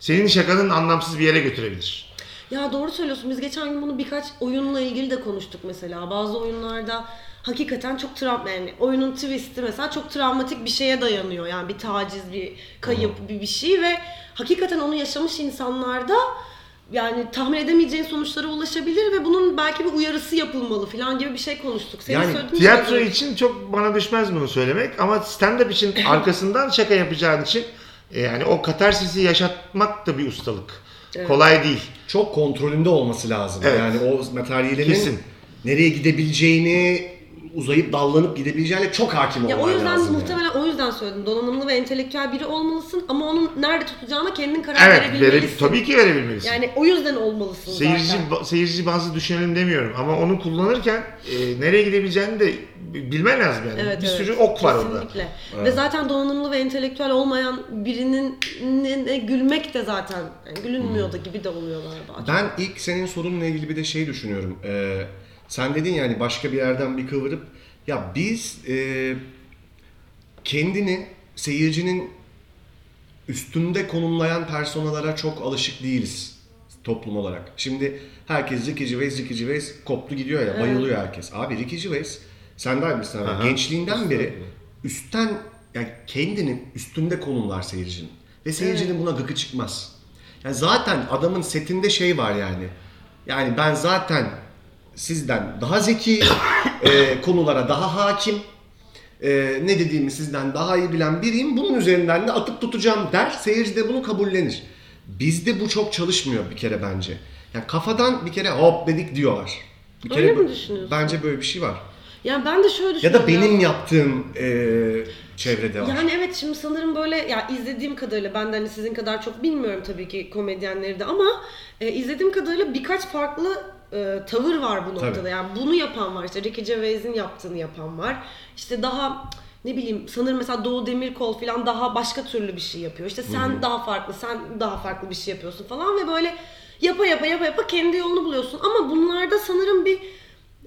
Speaker 3: Senin şakanın anlamsız bir yere götürebilir.
Speaker 2: Ya doğru söylüyorsun. Biz geçen gün bunu birkaç oyunla ilgili de konuştuk mesela. Bazı oyunlarda hakikaten çok travma yani oyunun twist'i mesela çok travmatik bir şeye dayanıyor. Yani bir taciz, bir kayıp, bir bir şey ve hakikaten onu yaşamış insanlarda yani tahmin edemeyeceğin sonuçlara ulaşabilir ve bunun belki bir uyarısı yapılmalı falan gibi bir şey konuştuk. Senin
Speaker 1: Yani
Speaker 2: söylediğin
Speaker 3: Tiyatro
Speaker 2: şey-
Speaker 3: için çok bana düşmez bunu söylemek ama stand-up için arkasından şaka yapacağın için e, yani o katarsisi yaşatmak da bir ustalık. Kolay değil.
Speaker 1: Çok kontrolünde olması lazım.
Speaker 3: Evet.
Speaker 1: Yani o materyalinin
Speaker 3: Kesin.
Speaker 1: nereye gidebileceğini uzayıp dallanıp gidebileceğine çok hakim olman
Speaker 2: Ya
Speaker 1: lazım.
Speaker 2: o yüzden
Speaker 1: yani.
Speaker 2: muhtemelen o yüzden söyledim. Donanımlı ve entelektüel biri olmalısın ama onun nerede tutacağına kendin karar
Speaker 3: Evet,
Speaker 2: verebilmelisin.
Speaker 3: vere, tabii ki verebilmelisin.
Speaker 2: Yani o yüzden olmalısın
Speaker 3: Seyirci
Speaker 2: zaten.
Speaker 3: ba- seyirci bazı düşünelim demiyorum ama onu kullanırken e, nereye gidebileceğini de bilmen lazım yani.
Speaker 2: Evet,
Speaker 3: bir
Speaker 2: evet.
Speaker 3: sürü ok var orada.
Speaker 2: Kesinlikle. Ve zaten donanımlı ve entelektüel olmayan birinin ne- ne- gülmek de zaten yani gülünmüyor da
Speaker 3: Hmm.
Speaker 2: gibi de oluyorlar bazen.
Speaker 1: Ben ilk senin sorunla ilgili bir de şey düşünüyorum. Ee, sen dedin yani başka bir yerden bir kıvırıp ya biz e, kendini seyircinin üstünde konumlayan personalara çok alışık değiliz toplum olarak. Şimdi herkes Ricky Gervais, Ricky Gervais koptu gidiyor ya, bayılıyor herkes. Abi Ricky Gervais, sen daha bilirsin abi,
Speaker 3: Aha.
Speaker 1: gençliğinden beri üstten, yani kendini üstünde konumlar seyircinin. Ve seyircinin buna gıkı çıkmaz. Yani zaten adamın setinde şey var yani. Yani ben zaten sizden daha zeki, e, konulara daha hakim, e, ne dediğimi sizden daha iyi bilen biriyim. Bunun üzerinden de atıp tutacağım der. Seyirci de bunu kabullenir. Bizde bu çok çalışmıyor bir kere bence. Yani kafadan bir kere hop dedik diyorlar. Bir
Speaker 2: Öyle
Speaker 1: kere
Speaker 2: mi
Speaker 1: bu-
Speaker 2: düşünüyorsun?
Speaker 1: Bence böyle bir şey var.
Speaker 2: Yani ben de şöyle
Speaker 1: Ya
Speaker 2: düşünüyorum.
Speaker 1: da benim yaptığım e, çevrede var.
Speaker 2: Yani evet şimdi sanırım böyle ya izlediğim kadarıyla ben de hani sizin kadar çok bilmiyorum tabii ki komedyenleri de ama e, izlediğim kadarıyla birkaç farklı e, tavır var bu noktada.
Speaker 1: Tabii.
Speaker 2: Yani bunu yapan var işte Ricky Gervais'in yaptığını yapan var. İşte daha ne bileyim sanırım mesela Doğu Demirkol falan daha başka türlü bir şey yapıyor. İşte sen daha farklı, sen daha farklı bir şey yapıyorsun falan ve böyle yapa yapa yapa yapa kendi yolunu buluyorsun. Ama bunlarda sanırım bir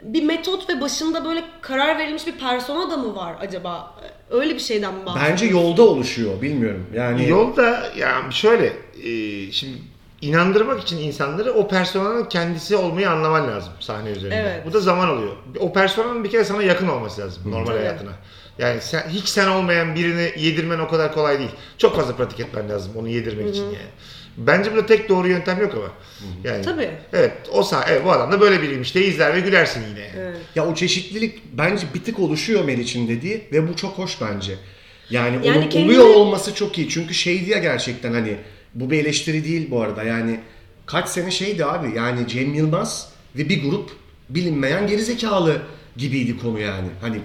Speaker 2: bir metot ve başında böyle karar verilmiş bir persona da mı var acaba? Öyle bir şeyden mi bahsediyorsun?
Speaker 1: Bence yolda oluşuyor. Bilmiyorum. Yani
Speaker 3: Yolda yani şöyle e, şimdi inandırmak için insanları o personanın kendisi olmayı anlaman lazım sahne üzerinde.
Speaker 2: Evet.
Speaker 3: Bu da zaman alıyor. O personanın bir kere sana yakın olması lazım normal
Speaker 2: Tabii.
Speaker 3: hayatına. Yani sen, hiç sen olmayan birini yedirmen o kadar kolay değil. Çok fazla pratik etmen lazım onu yedirmek için yani. Bence burada tek doğru yöntem yok ama. Yani,
Speaker 2: Tabii.
Speaker 3: Evet, o sah evet, bu adam da böyle biriymiş diye izler ve gülersin yine. yani.
Speaker 2: Evet.
Speaker 1: ya o çeşitlilik bence bir tık oluşuyor Meriç'in dediği ve bu çok hoş bence. Yani,
Speaker 2: Yani
Speaker 1: onun
Speaker 2: kendi-
Speaker 1: oluyor olması çok iyi. Çünkü şey diye gerçekten hani bu bir eleştiri değil bu arada. Yani kaç sene şeydi abi yani Cem Yılmaz ve bir grup bilinmeyen gerizekalı gibiydi konu yani. Hani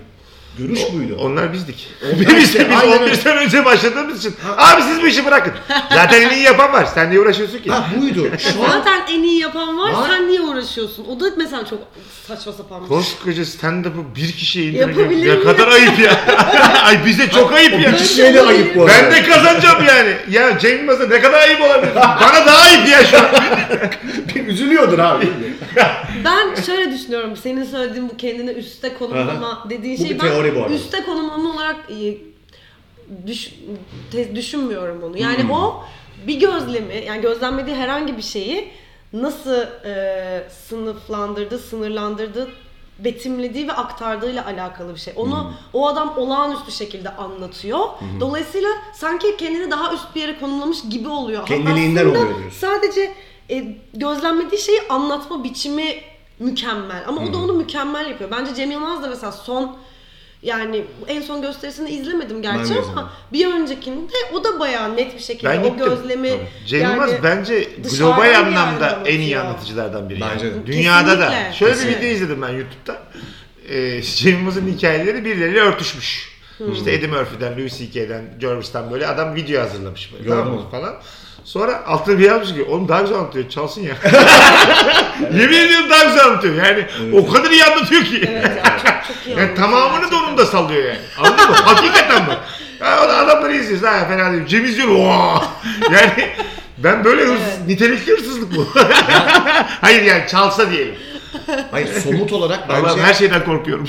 Speaker 1: görüş buydu.
Speaker 3: Onlar bizdik.
Speaker 1: Onlar
Speaker 3: biz,
Speaker 1: işte,
Speaker 3: biz
Speaker 1: aynen
Speaker 3: 11
Speaker 1: öyle.
Speaker 3: sene önce başladığımız için. Abi siz bu işi bırakın. Zaten en iyi yapan var. Sen niye uğraşıyorsun ki?
Speaker 1: Ha buydu. Şu an
Speaker 2: Zaten en iyi yapan var,
Speaker 1: Var.
Speaker 2: sen niye uğraşıyorsun? O da mesela çok saçma sapan bir şey.
Speaker 3: Koskoca stand-up'ı bir kişiye indirmek
Speaker 2: Yapabilir
Speaker 3: ne
Speaker 2: miyim?
Speaker 3: kadar ayıp ya. Ay bize çok ayıp ya.
Speaker 1: bir kişiye de ayıp bu arada.
Speaker 3: Ben de kazanacağım yani. Ya Cem Yılmaz'a ne kadar ayıp olabilir? Bana daha ayıp ya şu an.
Speaker 1: üzülüyordur abi.
Speaker 2: Ben şöyle düşünüyorum, senin söylediğin bu kendini üste konumlama dediğin
Speaker 1: Bu
Speaker 2: şey
Speaker 1: bir
Speaker 2: ben
Speaker 1: teori bu arada.
Speaker 2: üste konumlama olarak e, düş- te- düşünmüyorum onu. Yani
Speaker 1: Hmm.
Speaker 2: o bir gözlemi, yani gözlemlediği herhangi bir şeyi nasıl e, sınıflandırdı, sınırlandırdı, betimlediği ve aktardığıyla alakalı bir şey. Onu
Speaker 1: Hmm.
Speaker 2: o adam olağanüstü şekilde anlatıyor. Dolayısıyla sanki kendini daha üst bir yere konumlamış gibi oluyor.
Speaker 1: Kendiliğinden
Speaker 2: Aslında
Speaker 1: oluyor diyorsun.
Speaker 2: Sadece e, gözlemlediği şeyi anlatma biçimi mükemmel. Ama o da onu mükemmel yapıyor. Bence Cem Yılmaz da mesela son yani en son gösterisini izlemedim gerçi
Speaker 1: Ben de izlemedim.
Speaker 2: ama bir öncekinde o da bayağı net bir şekilde
Speaker 3: Ben
Speaker 2: o
Speaker 3: gittim.
Speaker 2: gözlemi
Speaker 3: Cem Yılmaz
Speaker 2: yani-
Speaker 3: bence
Speaker 2: dışarıdan bir
Speaker 3: global
Speaker 2: yerden
Speaker 3: anlamda en iyi
Speaker 2: anlatıyor.
Speaker 3: anlatıcılardan biri.
Speaker 1: Bence de.
Speaker 3: Dünyada da.
Speaker 2: Kesinlikle.
Speaker 3: Şöyle bir
Speaker 2: Kesinlikle.
Speaker 3: video izledim ben YouTube'da. Ee, Cem Yılmaz'ın hikayeleri birileriyle örtüşmüş.
Speaker 2: Hmm.
Speaker 3: İşte Eddie Murphy'den, Louis C.K.'den, Jervis'ten böyle adam video hazırlamış böyle
Speaker 1: Gördüm
Speaker 3: tamam mı?
Speaker 1: onu.
Speaker 3: falan. Sonra altına bir yazmış ki oğlum daha güzel anlatıyor çalsın ya. Yemin ediyorum daha güzel anlatıyor yani o kadar iyi anlatıyor ki.
Speaker 2: Evet ya, çok, çok iyi
Speaker 3: Yani
Speaker 2: anlatıyor
Speaker 3: tamamını da
Speaker 2: gerçekten.
Speaker 3: onun da sallıyor yani. Anladın mı? Hakikaten bak. Ya o da adamları izliyoruz ha fena değil. Cem izliyor. "Oo!" Yani ben böyle hırsız,
Speaker 2: Evet.
Speaker 3: nitelikli hırsızlık bu. Hayır yani çalsa diyelim.
Speaker 1: Hayır somut olarak bence
Speaker 3: Allah'ım her şeyden korkuyorum.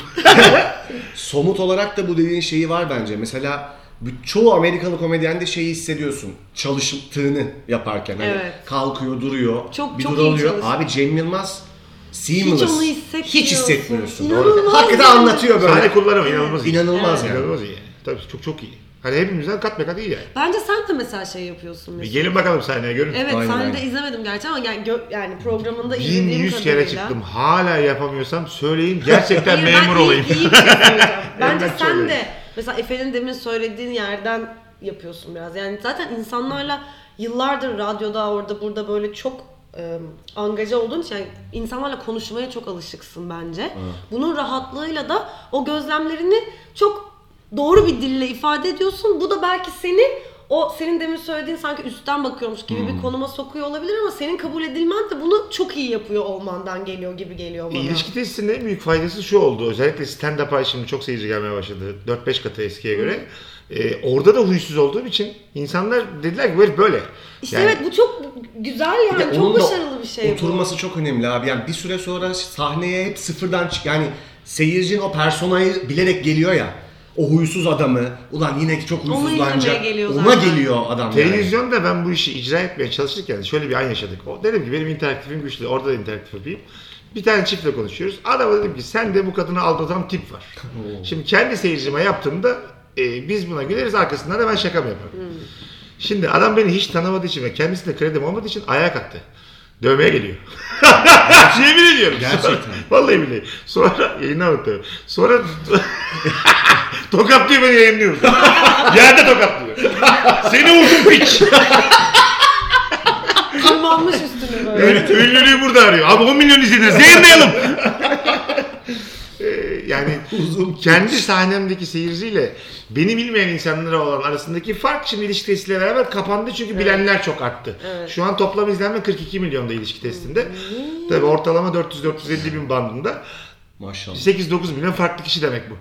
Speaker 1: somut olarak da bu dediğin şeyi var bence. Mesela bu- çoğu Amerikalı komedyende şeyi hissediyorsun. Çalıştığını yaparken. Hani
Speaker 2: Evet.
Speaker 1: kalkıyor, duruyor.
Speaker 2: Çok-
Speaker 1: bir
Speaker 2: çok iyi
Speaker 1: duralıyor.
Speaker 2: çalışıyor.
Speaker 1: Abi Cem Yılmaz seamless.
Speaker 2: Hiç onu hissetmiyorsun.
Speaker 1: Hiç hissetmiyorsun. Doğru.
Speaker 2: İnanılmaz
Speaker 1: Hakikaten
Speaker 2: yani.
Speaker 1: anlatıyor böyle.
Speaker 3: Sahne kullanımı inanılmaz iyi.
Speaker 1: İnanılmaz yani.
Speaker 3: İnanılmaz iyi. Tabii çok çok iyi. Hani hepimizden kat be kat iyi yani.
Speaker 2: Bence sen de mesela şey yapıyorsun.
Speaker 3: Bir
Speaker 2: Mesut.
Speaker 3: gelin bakalım sahneye görün.
Speaker 2: Evet
Speaker 1: Aynen,
Speaker 2: sahnede
Speaker 1: aynen.
Speaker 2: izlemedim gerçi ama yani, gö- yani programında izlediğim
Speaker 3: 1100
Speaker 2: kadarıyla.
Speaker 3: kere çıktım. Hala yapamıyorsam söyleyin. Gerçekten
Speaker 2: Hayır, ben
Speaker 3: memur
Speaker 2: iyi-
Speaker 3: olayım.
Speaker 2: iyi bir şey söyleyeceğim. Bence
Speaker 3: Emlakçı
Speaker 2: sen
Speaker 3: olayım.
Speaker 2: de mesela Efe'nin demin söylediğin yerden yapıyorsun biraz. Yani zaten insanlarla yıllardır radyoda orada burada böyle çok e, angaja olduğun için yani insanlarla konuşmaya çok alışıksın bence. Bunun rahatlığıyla da o gözlemlerini çok doğru bir dille ifade ediyorsun. Bu da belki seni o senin demin söylediğin sanki üstten bakıyormuş gibi
Speaker 3: Hmm.
Speaker 2: bir konuma sokuyor olabilir ama senin kabul edilmen de bunu çok iyi yapıyor olmandan geliyor gibi geliyor bana.
Speaker 3: İlişki testinin en büyük faydası şu oldu. Özellikle stand-up'a şimdi çok seyirci gelmeye başladı. 4-5 katı eskiye göre. Ee, orada da huysuz olduğum için insanlar dediler ki böyle böyle.
Speaker 2: İşte
Speaker 3: Yani-
Speaker 2: evet bu çok güzel yani.
Speaker 1: Ya onun
Speaker 2: çok
Speaker 1: da
Speaker 2: başarılı bir şey bu.
Speaker 1: Oturması çok önemli abi. Yani bir süre sonra sahneye hep sıfırdan çık. Yani seyircinin o personayı bilerek geliyor ya. O huysuz adamı. Ulan yine çok
Speaker 2: Onu
Speaker 1: huysuzlanacak.
Speaker 2: izlemeye geliyor
Speaker 1: Ona
Speaker 2: zaten.
Speaker 1: geliyor adam yani.
Speaker 3: Televizyonda ben bu işi icra etmeye çalışırken şöyle bir an yaşadık. O, dedim ki benim interaktifim güçlü. Orada da interaktif yapayım. Bir tane çiftle konuşuyoruz. Adama dedim ki sen de bu kadını aldatan tip var. Şimdi kendi seyircime yaptığımda e, biz buna güleriz arkasından da ben şakam yaparım. Şimdi adam beni hiç tanımadığı için ve kendisine kredim olmadığı için ayağa kalktı. Dövmeye geliyor. Yemin ediyorum.
Speaker 1: Gerçekten.
Speaker 3: Vallahi billahi. Sonra yayınlamadık tabii. Sonra tokatlıyor beni yayınlıyoruz. Yerde tokatlıyor. Seni vurdum piç.
Speaker 2: Tırmanmış üstüne böyle.
Speaker 3: Ün- Ünlülüğü burada arıyor. Abi 10 milyon izlediniz. Yayınlayalım. Ee, yani
Speaker 1: Uzun
Speaker 3: kendi sahnemdeki seyirciyle beni bilmeyen insanlara olan arasındaki fark şimdi ilişki testiyle beraber kapandı çünkü bilenler çok arttı.
Speaker 2: Evet. Hmm.
Speaker 3: Şu an toplam izlenme 42 milyonda ilişki testinde. Tabii ortalama 400-450 bin bandında.
Speaker 1: Maşallah.
Speaker 3: 8-9 milyon farklı kişi demek bu.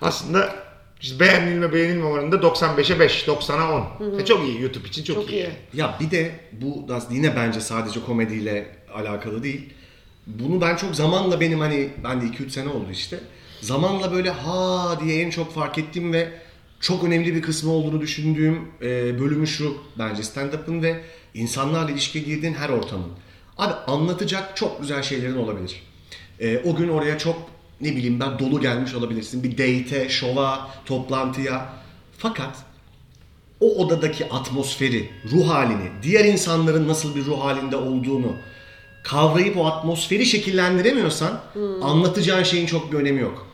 Speaker 3: Aslında işte beğenilme beğenilme oranında 95'e 5, 90'a 10. E çok iyi YouTube için çok,
Speaker 2: Çok
Speaker 3: iyi.
Speaker 2: iyi.
Speaker 1: Ya bir de bu da yine bence sadece komediyle alakalı değil. Bunu ben çok zamanla benim hani ben de 2-3 sene oldu işte. Zamanla böyle ha diye en çok fark ettiğim ve çok önemli bir kısmı olduğunu düşündüğüm e, bölümü şu bence stand-up'ın ve insanlarla ilişkiye girdiğin her ortamın. Abi anlatacak çok güzel şeylerin olabilir. E, o gün oraya çok ne bileyim ben dolu gelmiş olabilirsin. Bir date'e, şova, toplantıya. Fakat o odadaki atmosferi, ruh halini, diğer insanların nasıl bir ruh halinde olduğunu kavrayıp o atmosferi şekillendiremiyorsan anlatacağın şeyin çok bir önemi yok.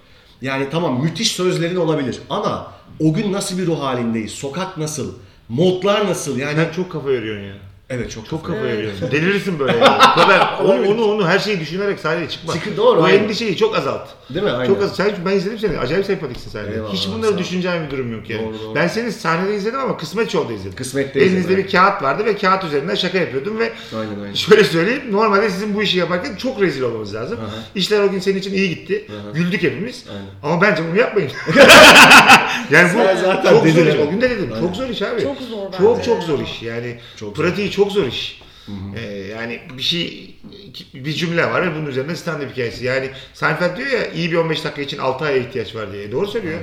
Speaker 1: Yani tamam müthiş sözlerin olabilir ama o gün nasıl bir ruh halindeyiz, sokak nasıl, modlar nasıl yani
Speaker 3: Sen çok kafa yoruyorsun ya.
Speaker 1: evet çok
Speaker 3: Çok
Speaker 1: çok
Speaker 3: kafa yoruyorsun. Delirirsin böyle yani. Bu kadar onu, onu onu her şeyi düşünerek sahneye çıkma.
Speaker 1: Çıkın, doğru,
Speaker 3: O
Speaker 1: aynen.
Speaker 3: endişeyi çok azalt.
Speaker 1: Değil mi? Aynen.
Speaker 3: Çok az. Sen, ben izledim seni. Acayip sempatiksin sahnede.
Speaker 1: Eyvallah,
Speaker 3: Hiç
Speaker 1: sağ
Speaker 3: bunları
Speaker 1: ol.
Speaker 3: düşüneceğim bir durum yok yani.
Speaker 1: Doğru, doğru.
Speaker 3: Ben seni sahnede izledim ama kısmet şovda izledim.
Speaker 1: Kısmet'te izledim,
Speaker 3: Elinizde bir
Speaker 1: evet.
Speaker 3: kağıt vardı ve kağıt üzerinden şaka yapıyordum ve
Speaker 1: Aynen, aynen.
Speaker 3: şöyle söyleyeyim. Normalde sizin bu işi yaparken çok rezil olmamız lazım. İşler o gün senin için iyi gitti. Güldük hepimiz. Ama bence bunu yapmayın. yani bu
Speaker 1: Sen zaten
Speaker 3: çok zor iş.
Speaker 1: delirdin.
Speaker 3: O gün de dedim.
Speaker 1: Aynen.
Speaker 3: Çok zor iş abi.
Speaker 2: Çok zor
Speaker 3: Çok
Speaker 2: bence.
Speaker 3: çok zor iş. Yani
Speaker 1: Çok zor.
Speaker 3: pratiği çok zor iş. Ee, yani bir şey bir cümle var ve bunun üzerine stand up hikayesi. Yani Seinfeld diyor ya iyi bir 15 dakika için 6 aya ihtiyaç var diye. Doğru söylüyor.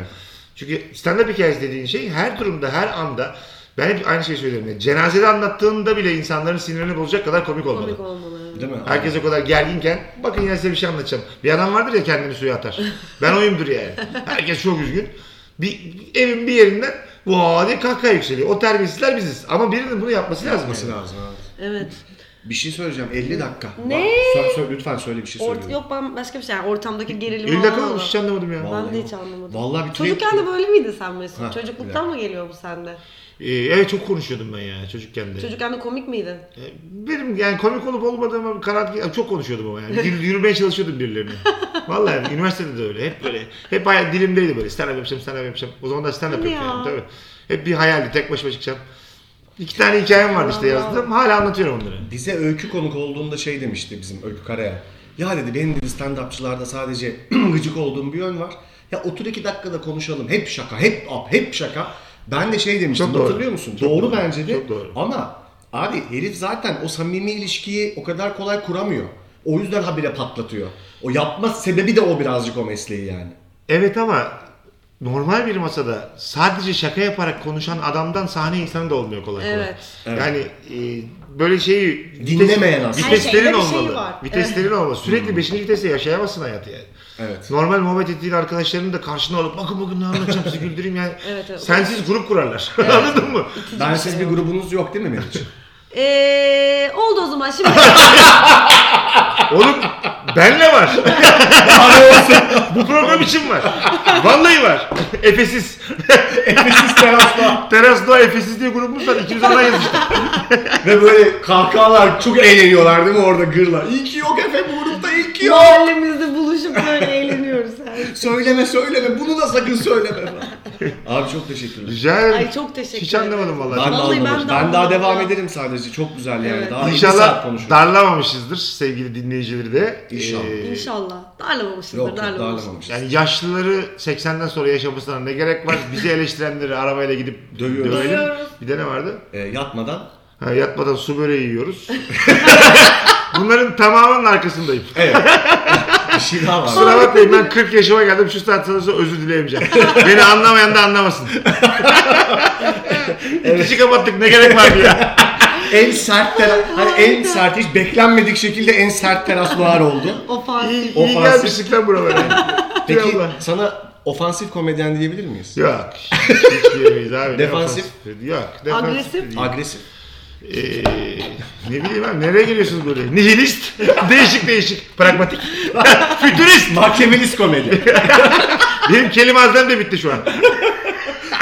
Speaker 3: Çünkü stand up hikayesi dediğin şey her durumda, her anda ben hep aynı şeyi söylerim. Yani Cenazede anlattığında bile insanların sinirini bozacak kadar komik olmalı.
Speaker 2: Komik olmalı.
Speaker 1: değil mi?
Speaker 3: Herkes o kadar gerginken bakın ya size bir şey anlatacağım. Bir adam vardır ya kendini suya atar. Ben oyumdur yani. Herkes çok üzgün. Bir, evin bir yerinden vaa diye kahkaha yükseliyor. O terbiyesizler biziz. Ama birinin bunu yapması lazım.
Speaker 1: Olması
Speaker 3: yani.
Speaker 1: lazım abi.
Speaker 2: Evet.
Speaker 1: Bir şey söyleyeceğim 50 dakika.
Speaker 2: Ne?
Speaker 1: Bak, sö- sö- lütfen söyle bir şey söyle.
Speaker 2: Ort- yok ben başka bir şey. Yani ortamdaki gerilimi
Speaker 3: 50 dakika
Speaker 2: olmalı.
Speaker 3: olmuş hiç anlamadım ya.
Speaker 1: Vallahi
Speaker 2: Ben de hiç
Speaker 1: yok.
Speaker 2: anlamadım.
Speaker 1: Vallahi bir
Speaker 2: Çocukken de böyle miydi sen Mesut?
Speaker 1: Ha,
Speaker 2: Çocukluktan mı geliyor bu sende?
Speaker 3: Ee, evet çok konuşuyordum ben ya çocukken de.
Speaker 2: Çocukken de komik miydin?
Speaker 3: Ee, Benim yani komik olup olmadığımı karar çok konuşuyordum ama yani. Yürü- yürümeye çalışıyordum birilerine. Vallahi yani, üniversitede de öyle. Hep böyle. Hep hayal dilimdeydi böyle. Stand up yapacağım, stand up yapacağım. O zaman da stand up
Speaker 2: Hadi
Speaker 3: yapıyordum yani,
Speaker 2: ya.
Speaker 3: tabii. Hep bir hayaldi. Tek başıma çıkacağım. İki tane hikayem vardı işte yazdım. Hala anlatıyorum onları.
Speaker 1: Bize öykü konuk olduğunda şey demişti bizim Öykü Karaya. Ya dedi benim dedi stand-upçılarda sadece gıcık olduğum bir yön var. Ya otur iki dakikada konuşalım. Hep şaka, hep ap, hep şaka. Ben de şey demiştim
Speaker 3: Çok doğru.
Speaker 1: hatırlıyor musun?
Speaker 3: Çok
Speaker 1: doğru,
Speaker 3: doğru.
Speaker 1: bence de.
Speaker 3: Çok doğru.
Speaker 1: Ama abi herif zaten o samimi ilişkiyi o kadar kolay kuramıyor. O yüzden habire patlatıyor. O yapma sebebi de o birazcık o mesleği yani.
Speaker 3: Evet ama normal bir masada sadece şaka yaparak konuşan adamdan sahne insanı da olmuyor kolay kolay.
Speaker 2: Evet.
Speaker 1: Evet.
Speaker 3: Yani e, böyle şeyi
Speaker 1: Dinlemeyen aslında. Hmm.
Speaker 2: Her şeyde
Speaker 3: Viteslerin
Speaker 2: bir şeyi
Speaker 3: olmalı.
Speaker 2: var.
Speaker 3: Viteslerin olmalı. Sürekli 5. viteste yaşayamazsın hayatı yani.
Speaker 1: Evet.
Speaker 3: Normal muhabbet ettiğin arkadaşlarını da karşına alıp bakın bakın ne anlatacağım sizi güldüreyim yani.
Speaker 2: Evet, evet.
Speaker 3: Sensiz grup kurarlar. Anladın mı?
Speaker 1: Ben siz bir grubunuz yok değil mi Meriç?
Speaker 2: Ee, oldu o zaman şimdi.
Speaker 3: Oğlum benle var. Abi olsun. Bu program için var. Vallahi var. Efesiz.
Speaker 1: Efesiz terasta
Speaker 3: Terasla Efesiz diye grubumuz var. İkimiz oradan yazıştık.
Speaker 1: ve böyle kahkahalar çok eğleniyorlar değil mi orada gırla. İyi ki yok Efe bu grupta iyi ki yok.
Speaker 2: Mahallemizde buluşup böyle eğleniyoruz. Yani.
Speaker 1: Söyleme söyleme bunu da sakın söyleme. Abi çok teşekkürler.
Speaker 3: Rica ederim.
Speaker 2: Ay çok teşekkür
Speaker 3: Hiç anlamadım
Speaker 1: Ben, de
Speaker 3: vallahi.
Speaker 2: Vallahi
Speaker 1: anlamadım.
Speaker 2: ben
Speaker 1: ben,
Speaker 2: de
Speaker 1: daha
Speaker 2: anlamadım.
Speaker 1: devam ederim sadece. Çok güzel yani.
Speaker 2: Evet.
Speaker 1: Daha İnşallah saat
Speaker 3: İnşallah
Speaker 1: konuşuruz.
Speaker 3: darlamamışızdır sevgili dinleyicileri de. Ee,
Speaker 1: İnşallah.
Speaker 2: İnşallah. Darlamamışızdır.
Speaker 1: Yok yok
Speaker 2: darlamamışızdır.
Speaker 1: darlamamışız.
Speaker 3: Yani yaşlıları 80'den sonra yaşamasına ne gerek var? Bizi eleştirenleri arabayla gidip
Speaker 1: Dövüyoruz.
Speaker 3: dövelim.
Speaker 2: Dövüyoruz.
Speaker 3: Bir de ne vardı?
Speaker 1: Ee, yatmadan.
Speaker 3: Ha, yatmadan su böreği yiyoruz. Bunların tamamının arkasındayım.
Speaker 1: Evet. bir şey daha var.
Speaker 3: Kusura bakmayın ben 40 yaşıma geldim şu saatten sonra özür dileyemeyeceğim. Beni anlamayan da anlamasın. İkisi kapattık ne gerek var ya.
Speaker 1: en sert teras, hani en sert hiç beklenmedik şekilde en sert teras noir oldu.
Speaker 3: İyi,
Speaker 2: Ofansif.
Speaker 3: iyi
Speaker 1: Ofansif.
Speaker 3: gelmiştik lan buralara.
Speaker 1: Peki
Speaker 3: Eyvallah.
Speaker 1: sana ofansif komedyen diyebilir miyiz?
Speaker 3: Yok. Hiç diyemeyiz abi. Ne
Speaker 1: Defansif.
Speaker 3: ofansif? Yok. defansif
Speaker 2: Agresif.
Speaker 3: değil.
Speaker 1: Agresif.
Speaker 3: Ee, ne bileyim abi nereye geliyorsunuz böyle? Nihilist. değişik değişik. Pragmatik. Fütürist.
Speaker 1: Mahkemelist komedi.
Speaker 3: Benim kelime azlem de bitti şu an.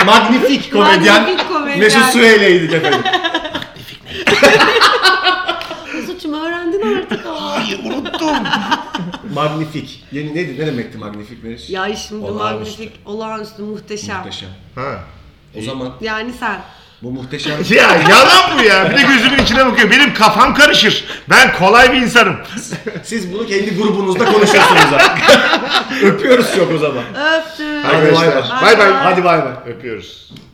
Speaker 1: Magnifik komedyen.
Speaker 2: Magnifik komedyen.
Speaker 1: Mesut Süheyla'ydık efendim.
Speaker 2: Mesut'cum öğrendin artık ama.
Speaker 3: Unuttum.
Speaker 1: Magnifik. Yani neydi? Ne demekti magnifik Meriç?
Speaker 2: ya şimdi
Speaker 1: Olağanüstü.
Speaker 2: magnetik olağanüstü muhteşem.
Speaker 1: Muhteşem.
Speaker 3: Ha.
Speaker 1: O zaman
Speaker 2: Yani sen.
Speaker 1: bu muhteşem
Speaker 3: Ya yalan bu ya. Bir de gözümün içine bakıyor. Benim kafam karışır. Ben kolay bir insanım.
Speaker 1: siz bunu kendi grubunuzda konuşuyorsunuz artık. Öpüyoruz çok o zaman.
Speaker 2: Öptüm.
Speaker 1: Hadi bay bay.
Speaker 3: Arkadaşlar.
Speaker 2: Bay
Speaker 1: Hadi bay bay.
Speaker 3: Öpüyoruz.